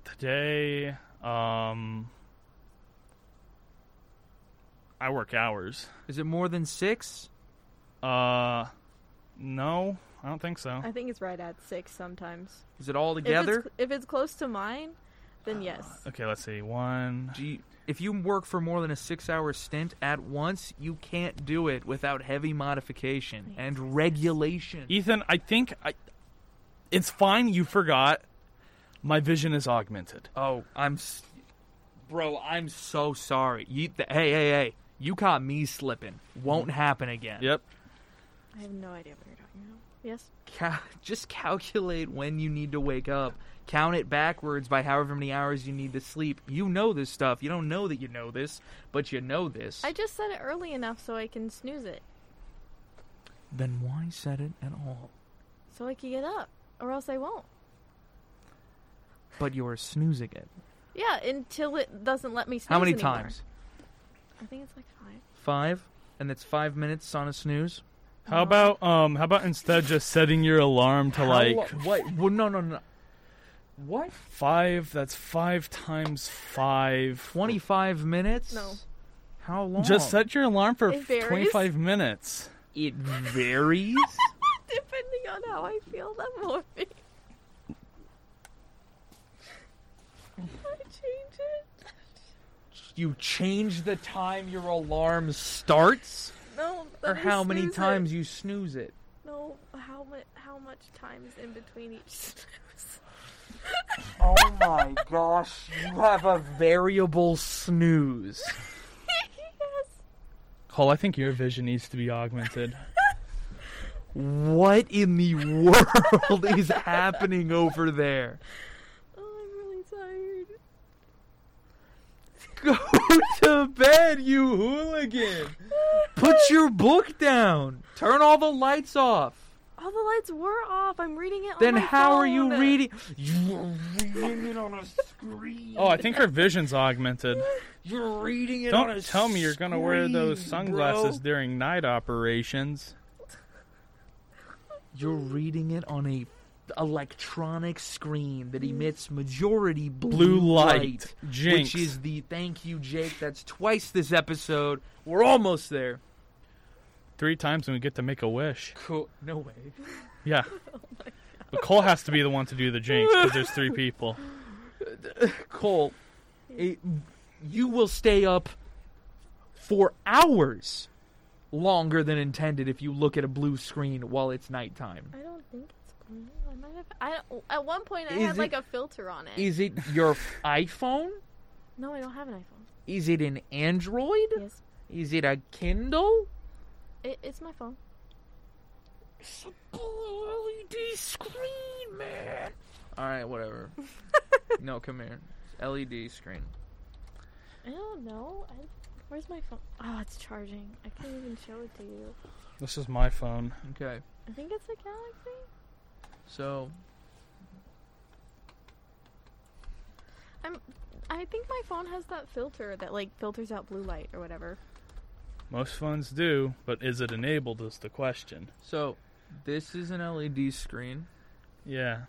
[SPEAKER 2] Today, um, I work hours.
[SPEAKER 1] Is it more than six?
[SPEAKER 2] Uh, no, I don't think so.
[SPEAKER 3] I think it's right at six sometimes.
[SPEAKER 1] Is it all
[SPEAKER 3] If it's
[SPEAKER 1] together?
[SPEAKER 3] cl- If it's, close to mine,
[SPEAKER 1] Ah,
[SPEAKER 3] then yes.
[SPEAKER 2] Okay, let's see. One.
[SPEAKER 1] Do you- if you work for more than a six-hour stint at once, you can't do it without heavy modification and regulation.
[SPEAKER 2] Ethan, I think I. It's fine. You forgot. My vision is augmented.
[SPEAKER 1] Oh, I'm, s- bro. I'm so sorry. You, th- hey, hey, hey. You caught me slipping.
[SPEAKER 2] Mm.
[SPEAKER 1] Won't happen again.
[SPEAKER 2] Yep.
[SPEAKER 3] I have no idea what you're talking about. Yes.
[SPEAKER 1] Ca- just calculate when you need to wake up. Count it backwards by however many hours you need to sleep. You know this stuff. You don't know that you know this, but you know this.
[SPEAKER 3] I just said it early enough so I can snooze it,
[SPEAKER 1] Then why said it at all?
[SPEAKER 3] so I can get up, or else I won't.
[SPEAKER 1] But you're snoozing it.
[SPEAKER 3] Yeah, until it doesn't let me snooze.
[SPEAKER 1] How many
[SPEAKER 3] anymore.
[SPEAKER 1] times?
[SPEAKER 3] I think it's like five.
[SPEAKER 1] Five, and that's five minutes on a snooze.
[SPEAKER 2] How about um? How about instead just setting your alarm to
[SPEAKER 1] How
[SPEAKER 2] like
[SPEAKER 1] lo- what? Well, no, no, no. What?
[SPEAKER 2] five? That's five times five.
[SPEAKER 1] Twenty-five minutes?
[SPEAKER 3] No.
[SPEAKER 1] How long?
[SPEAKER 2] Just set your alarm for
[SPEAKER 3] It varies.
[SPEAKER 2] twenty-five minutes.
[SPEAKER 1] It varies.
[SPEAKER 3] Depending on how I feel that morning. I change it.
[SPEAKER 1] you change the time your alarm starts,
[SPEAKER 3] No.
[SPEAKER 1] or
[SPEAKER 3] then I
[SPEAKER 1] how many
[SPEAKER 3] snooze it.
[SPEAKER 1] times you snooze it.
[SPEAKER 3] No, how much? How much times in between each snooze?
[SPEAKER 1] Oh my gosh! You have a variable snooze.
[SPEAKER 3] yes.
[SPEAKER 2] Cole, I think your vision needs to be augmented.
[SPEAKER 1] What in the world is happening over there?
[SPEAKER 3] Oh, I'm really tired.
[SPEAKER 1] Go to bed, you hooligan. Put your book down. Turn all the lights off.
[SPEAKER 3] All the lights were off. I'm reading it.
[SPEAKER 1] Then
[SPEAKER 3] on my
[SPEAKER 1] how are you
[SPEAKER 3] phone.
[SPEAKER 1] reading? You're reading it on a screen.
[SPEAKER 2] oh, I think her vision's augmented.
[SPEAKER 1] You're reading it on a
[SPEAKER 2] Don't tell me you're gonna wear those
[SPEAKER 1] screen,
[SPEAKER 2] sunglasses
[SPEAKER 1] bro.
[SPEAKER 2] during night operations.
[SPEAKER 1] You're reading it on a electronic screen that emits majority blue,
[SPEAKER 2] Blue light. Jinx.
[SPEAKER 1] Which is the thank you, Jake. That's twice this episode. We're almost there.
[SPEAKER 2] Three times, and we get to make a wish.
[SPEAKER 3] Oh
[SPEAKER 1] Cool. No way.
[SPEAKER 2] Yeah. But Cole has to be the one to do the jinx because there's three people.
[SPEAKER 1] Cole, it, you will stay up for hours longer than intended if you look at a blue screen while it's nighttime.
[SPEAKER 3] I don't think it's blue. I might have. I at one point I
[SPEAKER 1] Is
[SPEAKER 3] had
[SPEAKER 1] it-
[SPEAKER 3] like a filter on it.
[SPEAKER 1] Is it your f- iPhone?
[SPEAKER 3] no, I don't have an iPhone.
[SPEAKER 1] Is it an Android?
[SPEAKER 3] Yes,
[SPEAKER 1] Is it a Kindle?
[SPEAKER 3] it, it's my phone.
[SPEAKER 1] It's a blue LED E screen, man. All right, whatever. no, come here. It's LED screen.
[SPEAKER 3] I don't know. I, where's my phone? Oh, it's charging. I can't even show it to you.
[SPEAKER 2] This is my phone.
[SPEAKER 1] Okay,
[SPEAKER 3] I think it's a Galaxy.
[SPEAKER 1] so
[SPEAKER 3] I'm. I think my phone has that filter that like filters out blue light or whatever.
[SPEAKER 2] Most phones do, but is it enabled is the question.
[SPEAKER 1] So, this is an LED screen.
[SPEAKER 2] Yeah.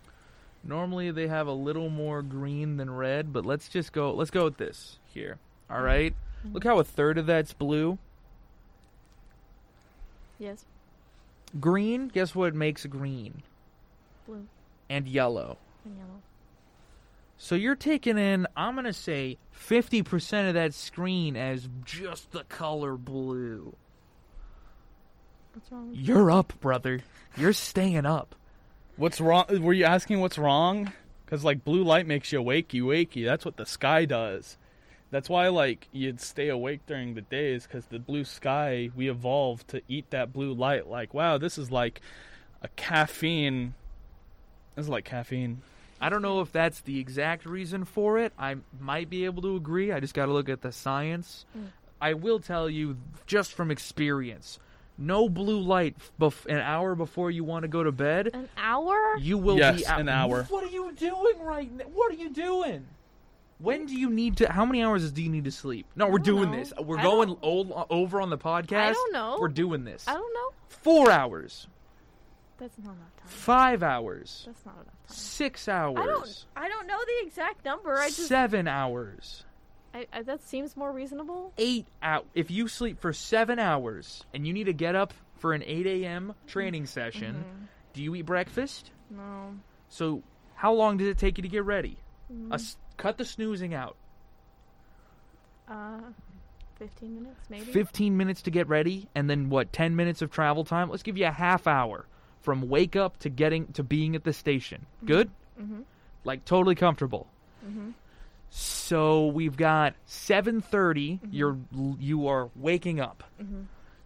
[SPEAKER 1] Normally they have a little more green than red, but let's just go. Let's go with this here. All right? Look how a third of that's blue.
[SPEAKER 3] Yes,
[SPEAKER 1] Green. Guess what makes green
[SPEAKER 3] blue
[SPEAKER 1] and yellow.
[SPEAKER 3] and yellow.
[SPEAKER 1] So you're taking in, I'm gonna say, fifty percent of that screen as just the color blue.
[SPEAKER 3] What's wrong? With
[SPEAKER 1] You're up, brother. You're staying up.
[SPEAKER 2] What's wrong? Were you asking what's wrong? Because like blue light makes you wakey wakey. That's what the sky does. That's why like you'd stay awake during the days because the blue sky we evolved to eat that blue light. Like wow, this is like a caffeine. This is like caffeine.
[SPEAKER 1] I don't know if that's the exact reason for it. I might be able to agree. I just got to look at the science.
[SPEAKER 3] Mm.
[SPEAKER 1] I will tell you just from experience. No blue light bef- an hour before you want to go to bed.
[SPEAKER 3] an hour?
[SPEAKER 1] You will
[SPEAKER 2] Yes,
[SPEAKER 1] be out-
[SPEAKER 2] an hour.
[SPEAKER 1] What are you doing right now? What are you doing? When do you need to? How many hours do you need to sleep? No, we're
[SPEAKER 3] don't
[SPEAKER 1] doing
[SPEAKER 3] know.
[SPEAKER 1] this. We're
[SPEAKER 3] I
[SPEAKER 1] going
[SPEAKER 3] don't-
[SPEAKER 1] old, over on the podcast.
[SPEAKER 3] I don't know.
[SPEAKER 1] We're doing this.
[SPEAKER 3] I don't know.
[SPEAKER 1] Four hours,
[SPEAKER 3] That's not enough time.
[SPEAKER 1] five hours,
[SPEAKER 3] That's not enough
[SPEAKER 1] six
[SPEAKER 3] time.
[SPEAKER 1] hours,
[SPEAKER 3] I don't. I don't know the exact number. I just.
[SPEAKER 1] seven hours.
[SPEAKER 3] I, I, that seems more reasonable.
[SPEAKER 1] eight out. If you sleep for seven hours and you need to get up for an eight a.m.
[SPEAKER 3] Mm-hmm.
[SPEAKER 1] training session, do you eat breakfast?
[SPEAKER 3] No.
[SPEAKER 1] So how long does it take you to get ready?
[SPEAKER 3] Mm-hmm.
[SPEAKER 1] A s cut the snoozing out.
[SPEAKER 3] Uh, fifteen minutes maybe.
[SPEAKER 1] Fifteen minutes to get ready, and then what? Ten minutes of travel time. Let's give you a half hour from wake up to getting to being at the station. Good. Mm-hmm. Like totally comfortable. So we've got 7:30. You're you are waking up.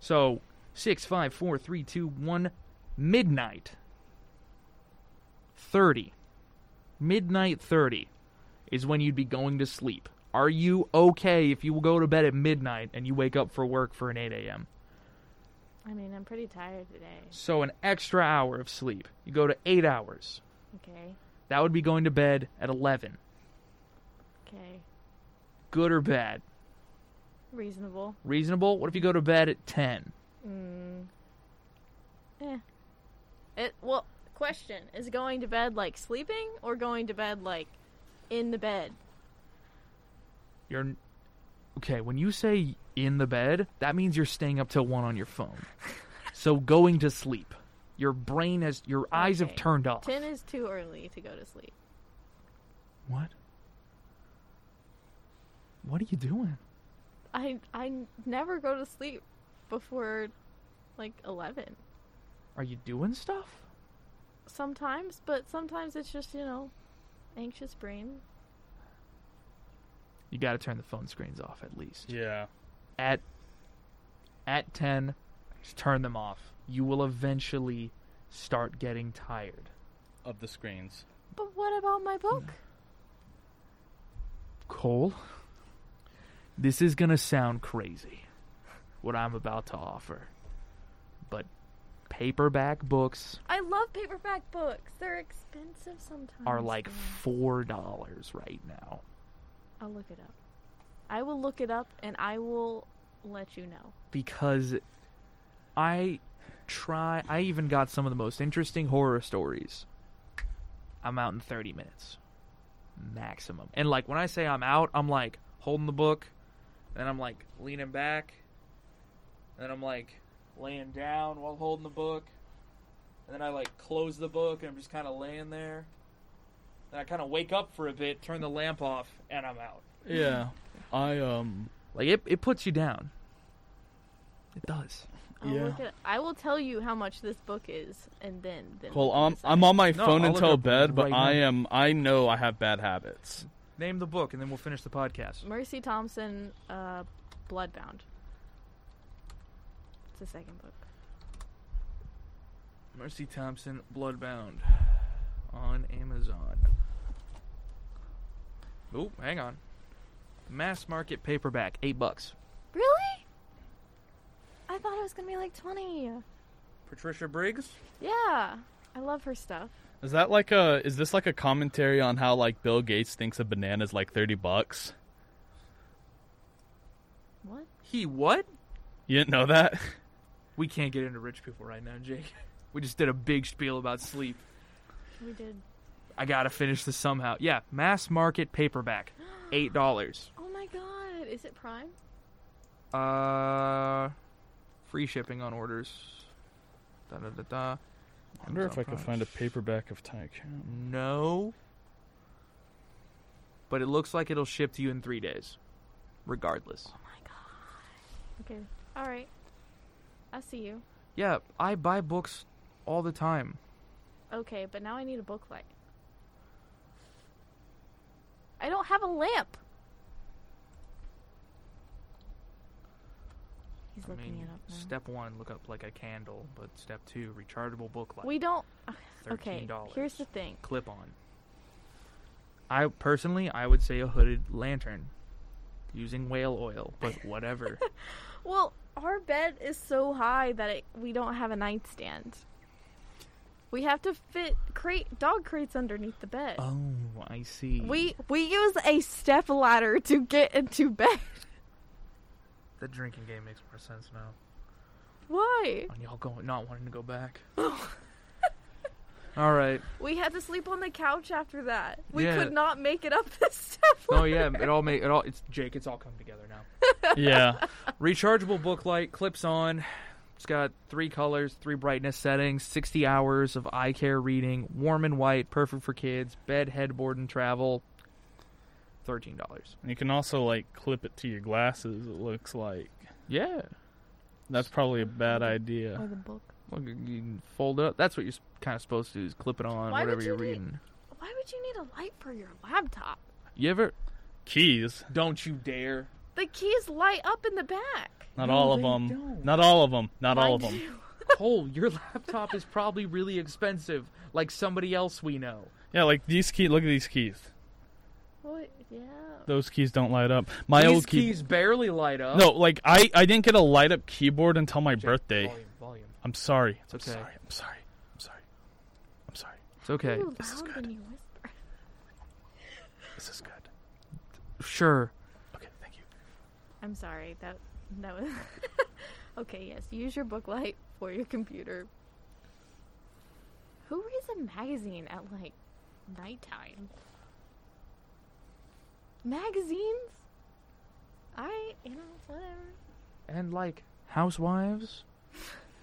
[SPEAKER 1] So six, five, four, three, two, one, midnight. Thirty, midnight thirty, is when you'd be going to sleep. Are you okay if you go to bed at midnight and you wake up for work for an 8 a.m.?
[SPEAKER 3] I mean, I'm pretty tired today.
[SPEAKER 1] So an extra hour of sleep. You go to eight hours.
[SPEAKER 3] Okay.
[SPEAKER 1] That would be going to bed at 11.
[SPEAKER 3] Okay.
[SPEAKER 1] Good or bad?
[SPEAKER 3] Reasonable.
[SPEAKER 1] Reasonable. What if you go to bed at 10?
[SPEAKER 3] Mm. Eh. It well, question is going to bed like sleeping or going to bed like in the bed.
[SPEAKER 1] You're okay. When you say in the bed, that means you're staying up till one on your phone. so going to sleep. Your brain has, your eyes have
[SPEAKER 3] Okay.
[SPEAKER 1] turned off.
[SPEAKER 3] Ten is too early to go to sleep.
[SPEAKER 1] What? What are you doing?
[SPEAKER 3] I I never go to sleep before like eleven.
[SPEAKER 1] Are you doing stuff?
[SPEAKER 3] Sometimes, but sometimes it's just you know, anxious brain.
[SPEAKER 1] You got to turn the phone screens off at least.
[SPEAKER 2] Yeah.
[SPEAKER 1] At at 10, just turn them off. You will eventually start getting tired.
[SPEAKER 2] Of the screens.
[SPEAKER 3] But what about my book?
[SPEAKER 1] Cole, this is going to sound crazy, what I'm about to offer. But paperback books
[SPEAKER 3] I love paperback books. They're expensive sometimes.
[SPEAKER 1] are like
[SPEAKER 3] though.
[SPEAKER 1] $4 right now.
[SPEAKER 3] I'll look it up. I will look it up and I will let you know.
[SPEAKER 1] because I try. I even got some of the most interesting horror stories. I'm out in 30 minutes, maximum. And like when I say I'm out, I'm like holding the book, then I'm like leaning back, then I'm like laying down while holding the book, and then I like close the book and I'm just kind of laying there. Then I kind of wake up for a bit, turn the lamp off, and I'm out.
[SPEAKER 2] Yeah. I um.
[SPEAKER 1] Like it, it puts you down. It does.
[SPEAKER 3] I'll
[SPEAKER 2] Yeah.
[SPEAKER 3] look it, I will tell you how much this book is and then then
[SPEAKER 2] Well,
[SPEAKER 3] we'll
[SPEAKER 2] um,
[SPEAKER 3] decide.
[SPEAKER 2] I'm on my
[SPEAKER 1] No,
[SPEAKER 2] phone
[SPEAKER 1] I'll
[SPEAKER 2] until
[SPEAKER 1] look up
[SPEAKER 2] bed, but
[SPEAKER 1] right
[SPEAKER 2] I
[SPEAKER 1] now.
[SPEAKER 2] am. I know I have bad habits.
[SPEAKER 1] Name the book, and then we'll finish the podcast.
[SPEAKER 3] Mercy Thompson, uh, Bloodbound. It's the second book.
[SPEAKER 1] Mercy Thompson, Bloodbound, on Amazon. Ooh, hang on. Mass market paperback, eight bucks.
[SPEAKER 3] Really? I thought it was gonna be like twenty.
[SPEAKER 1] Patricia Briggs.
[SPEAKER 3] Yeah. I love her stuff.
[SPEAKER 2] Is that like a? Is this like a commentary on how like Bill Gates thinks a banana's like thirty bucks?
[SPEAKER 3] What?
[SPEAKER 1] He what?
[SPEAKER 2] You didn't know that?
[SPEAKER 1] We can't get into rich people right now, Jake. We just did a big spiel about sleep.
[SPEAKER 3] We did.
[SPEAKER 1] I gotta finish this somehow. Yeah, mass market paperback, eight dollars.
[SPEAKER 3] Oh my god, is it Prime?
[SPEAKER 1] Uh, free shipping on orders. Da da da da.
[SPEAKER 2] I wonder if I could find a paperback of Tiny Count.
[SPEAKER 1] No. But it looks like it'll ship to you in three days, regardless.
[SPEAKER 3] Oh my god. Okay. All right. I see you.
[SPEAKER 1] Yeah, I buy books all the time.
[SPEAKER 3] Okay, but now I need a book light. I don't have a lamp. He's
[SPEAKER 1] I
[SPEAKER 3] looking
[SPEAKER 1] mean,
[SPEAKER 3] it up now.
[SPEAKER 1] step one, look up like a candle, but step two, rechargeable book light.
[SPEAKER 3] we don't. Okay.
[SPEAKER 1] Thirteen dollars.
[SPEAKER 3] Here's the thing.
[SPEAKER 1] clip on. I personally, I would say a hooded lantern, using whale oil, but whatever.
[SPEAKER 3] Well, our bed is so high that it, we don't have a nightstand. We have to fit crate dog crates underneath the bed.
[SPEAKER 1] oh, I see.
[SPEAKER 3] we we use a step ladder to get into bed.
[SPEAKER 1] the drinking game makes more sense now.
[SPEAKER 3] Why?
[SPEAKER 1] On y'all going, not wanting to go back. All right.
[SPEAKER 3] We had to sleep on the couch after that. We
[SPEAKER 1] Yeah.
[SPEAKER 3] could not make it up the step ladder.
[SPEAKER 1] Oh yeah, it all make it all. It's Jake. It's all come together now.
[SPEAKER 2] yeah.
[SPEAKER 1] Rechargeable book light clips on. It's got three colors, three brightness settings, 60 hours of eye care reading, warm and white, perfect for kids, bed, headboard, and travel. $13.
[SPEAKER 2] And you can also like clip it to your glasses. It looks like
[SPEAKER 1] Yeah.
[SPEAKER 2] that's probably a bad idea.
[SPEAKER 1] uh,
[SPEAKER 3] Or the book.
[SPEAKER 1] Look, you can fold it up. That's what you're kind of supposed to do is clip it on
[SPEAKER 3] Why would
[SPEAKER 1] whatever
[SPEAKER 3] you
[SPEAKER 1] you're
[SPEAKER 3] do-
[SPEAKER 1] reading.
[SPEAKER 3] Why would you need a light for your laptop?
[SPEAKER 1] You ever?
[SPEAKER 2] Keys,
[SPEAKER 1] Don't you dare.
[SPEAKER 3] The keys light up in the back.
[SPEAKER 2] not
[SPEAKER 1] No,
[SPEAKER 2] all of
[SPEAKER 1] they
[SPEAKER 2] them.
[SPEAKER 1] don't.
[SPEAKER 2] Not all of them. Not all of
[SPEAKER 3] Mine
[SPEAKER 2] them.
[SPEAKER 3] do.
[SPEAKER 1] Cole, your laptop is probably really expensive, like somebody else we know.
[SPEAKER 2] Yeah, like these keys. Look at these keys.
[SPEAKER 3] What? Yeah.
[SPEAKER 2] Those keys don't light up. My
[SPEAKER 1] These
[SPEAKER 2] old key-
[SPEAKER 1] keys barely light up.
[SPEAKER 2] No, like I, I didn't get a light up keyboard until my
[SPEAKER 1] Jake,
[SPEAKER 2] birthday.
[SPEAKER 1] Volume, volume.
[SPEAKER 2] I'm sorry. I'm
[SPEAKER 1] okay.
[SPEAKER 2] sorry. I'm sorry. I'm sorry. I'm sorry.
[SPEAKER 1] It's okay.
[SPEAKER 3] Ooh,
[SPEAKER 2] this is
[SPEAKER 3] loud
[SPEAKER 2] good.
[SPEAKER 3] when you whisper.
[SPEAKER 2] This is good.
[SPEAKER 1] Sure.
[SPEAKER 2] Okay, thank you.
[SPEAKER 3] I'm sorry. That that was. okay. Yes. Use your book light for your computer. Who reads a magazine at like nighttime? Magazines. I you know whatever.
[SPEAKER 1] and like housewives,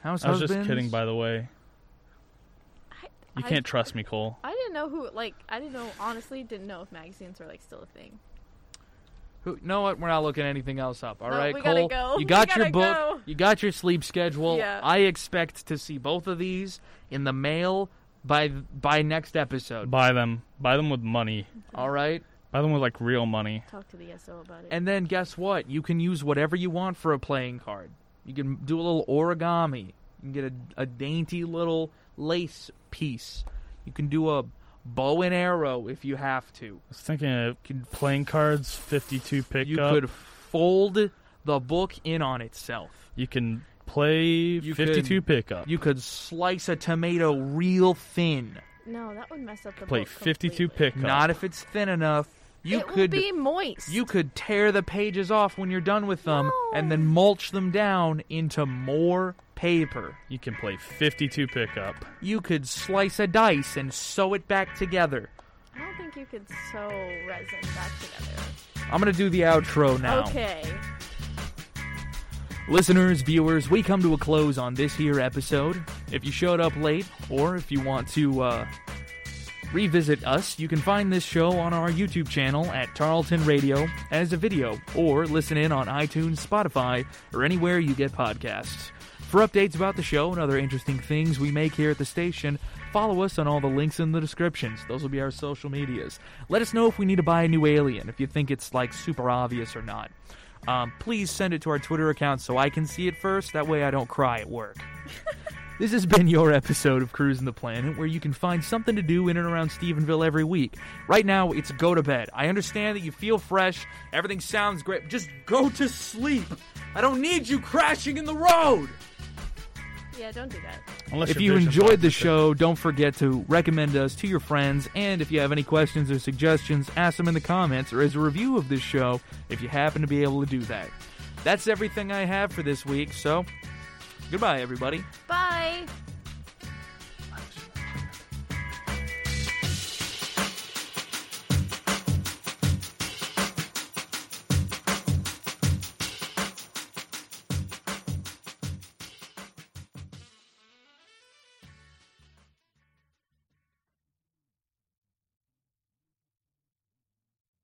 [SPEAKER 1] house
[SPEAKER 2] I was
[SPEAKER 1] husbands.
[SPEAKER 2] just kidding, by the way.
[SPEAKER 3] I,
[SPEAKER 2] You
[SPEAKER 3] I-
[SPEAKER 2] can't trust me, Cole.
[SPEAKER 3] I didn't know who like I didn't know honestly didn't know if magazines were like still a thing.
[SPEAKER 1] Who, no, we're not looking anything else up. All
[SPEAKER 3] No,
[SPEAKER 1] right,
[SPEAKER 3] we gotta
[SPEAKER 1] Cole,
[SPEAKER 3] go.
[SPEAKER 1] you
[SPEAKER 3] We
[SPEAKER 1] got your
[SPEAKER 3] gotta
[SPEAKER 1] book,
[SPEAKER 3] go.
[SPEAKER 1] you got your sleep schedule.
[SPEAKER 3] Yeah.
[SPEAKER 1] I expect to see both of these in the mail by by next episode.
[SPEAKER 2] Buy them. Buy them with money.
[SPEAKER 1] All right,
[SPEAKER 2] Buy them with like real money.
[SPEAKER 3] Talk to the SO about it.
[SPEAKER 1] and then guess what? You can use whatever you want for a playing card. You can do a little origami. You can get a, a dainty little lace piece. You can do a bow and arrow if you have to.
[SPEAKER 2] I was thinking of playing cards, 52 pickup.
[SPEAKER 1] You could fold the book in on itself.
[SPEAKER 2] You can play 52 pickup.
[SPEAKER 1] You could slice a tomato real thin.
[SPEAKER 3] no, that would mess up the
[SPEAKER 2] play
[SPEAKER 3] book
[SPEAKER 2] 52
[SPEAKER 3] completely.
[SPEAKER 2] pickup.
[SPEAKER 1] Not if it's thin enough. You
[SPEAKER 3] it will
[SPEAKER 1] could
[SPEAKER 3] be moist.
[SPEAKER 1] you could tear the pages off when you're done with them
[SPEAKER 3] No.
[SPEAKER 1] and then mulch them down into more paper.
[SPEAKER 2] you can play 52 pickup.
[SPEAKER 1] You could slice a dice and sew it back together.
[SPEAKER 3] I don't think you could sew resin back together.
[SPEAKER 1] I'm going to do the outro now.
[SPEAKER 3] Okay.
[SPEAKER 1] Listeners, viewers, we come to a close on this here episode. If you showed up late, or if you want to uh, revisit us, you can find this show on our YouTube channel at Tarleton Radio as a video, or listen in on iTunes, Spotify, or anywhere you get podcasts. For updates about the show and other interesting things we make here at the station, follow us on all the links in the descriptions. Those will be our social medias. Let us know if we need to buy a new alien, if you think it's like super obvious or not. Um, please send it to our Twitter account so I can see it first. That way I don't cry at work. This has been your episode of Cruising the Planet, where you can find something to do in and around Stephenville every week. Right now, it's go to bed. I understand that you feel fresh, everything sounds great. Just go to sleep. I don't need you crashing in the road.
[SPEAKER 3] Yeah, don't do that.
[SPEAKER 2] Unless
[SPEAKER 1] If
[SPEAKER 2] your
[SPEAKER 1] you
[SPEAKER 2] vision's
[SPEAKER 1] enjoyed the
[SPEAKER 2] autistic.
[SPEAKER 1] show, don't forget to recommend us to your friends. And if you have any questions or suggestions, ask them in the comments or as a review of this show if you happen to be able to do that. That's everything I have for this week, so goodbye, everybody.
[SPEAKER 3] Bye.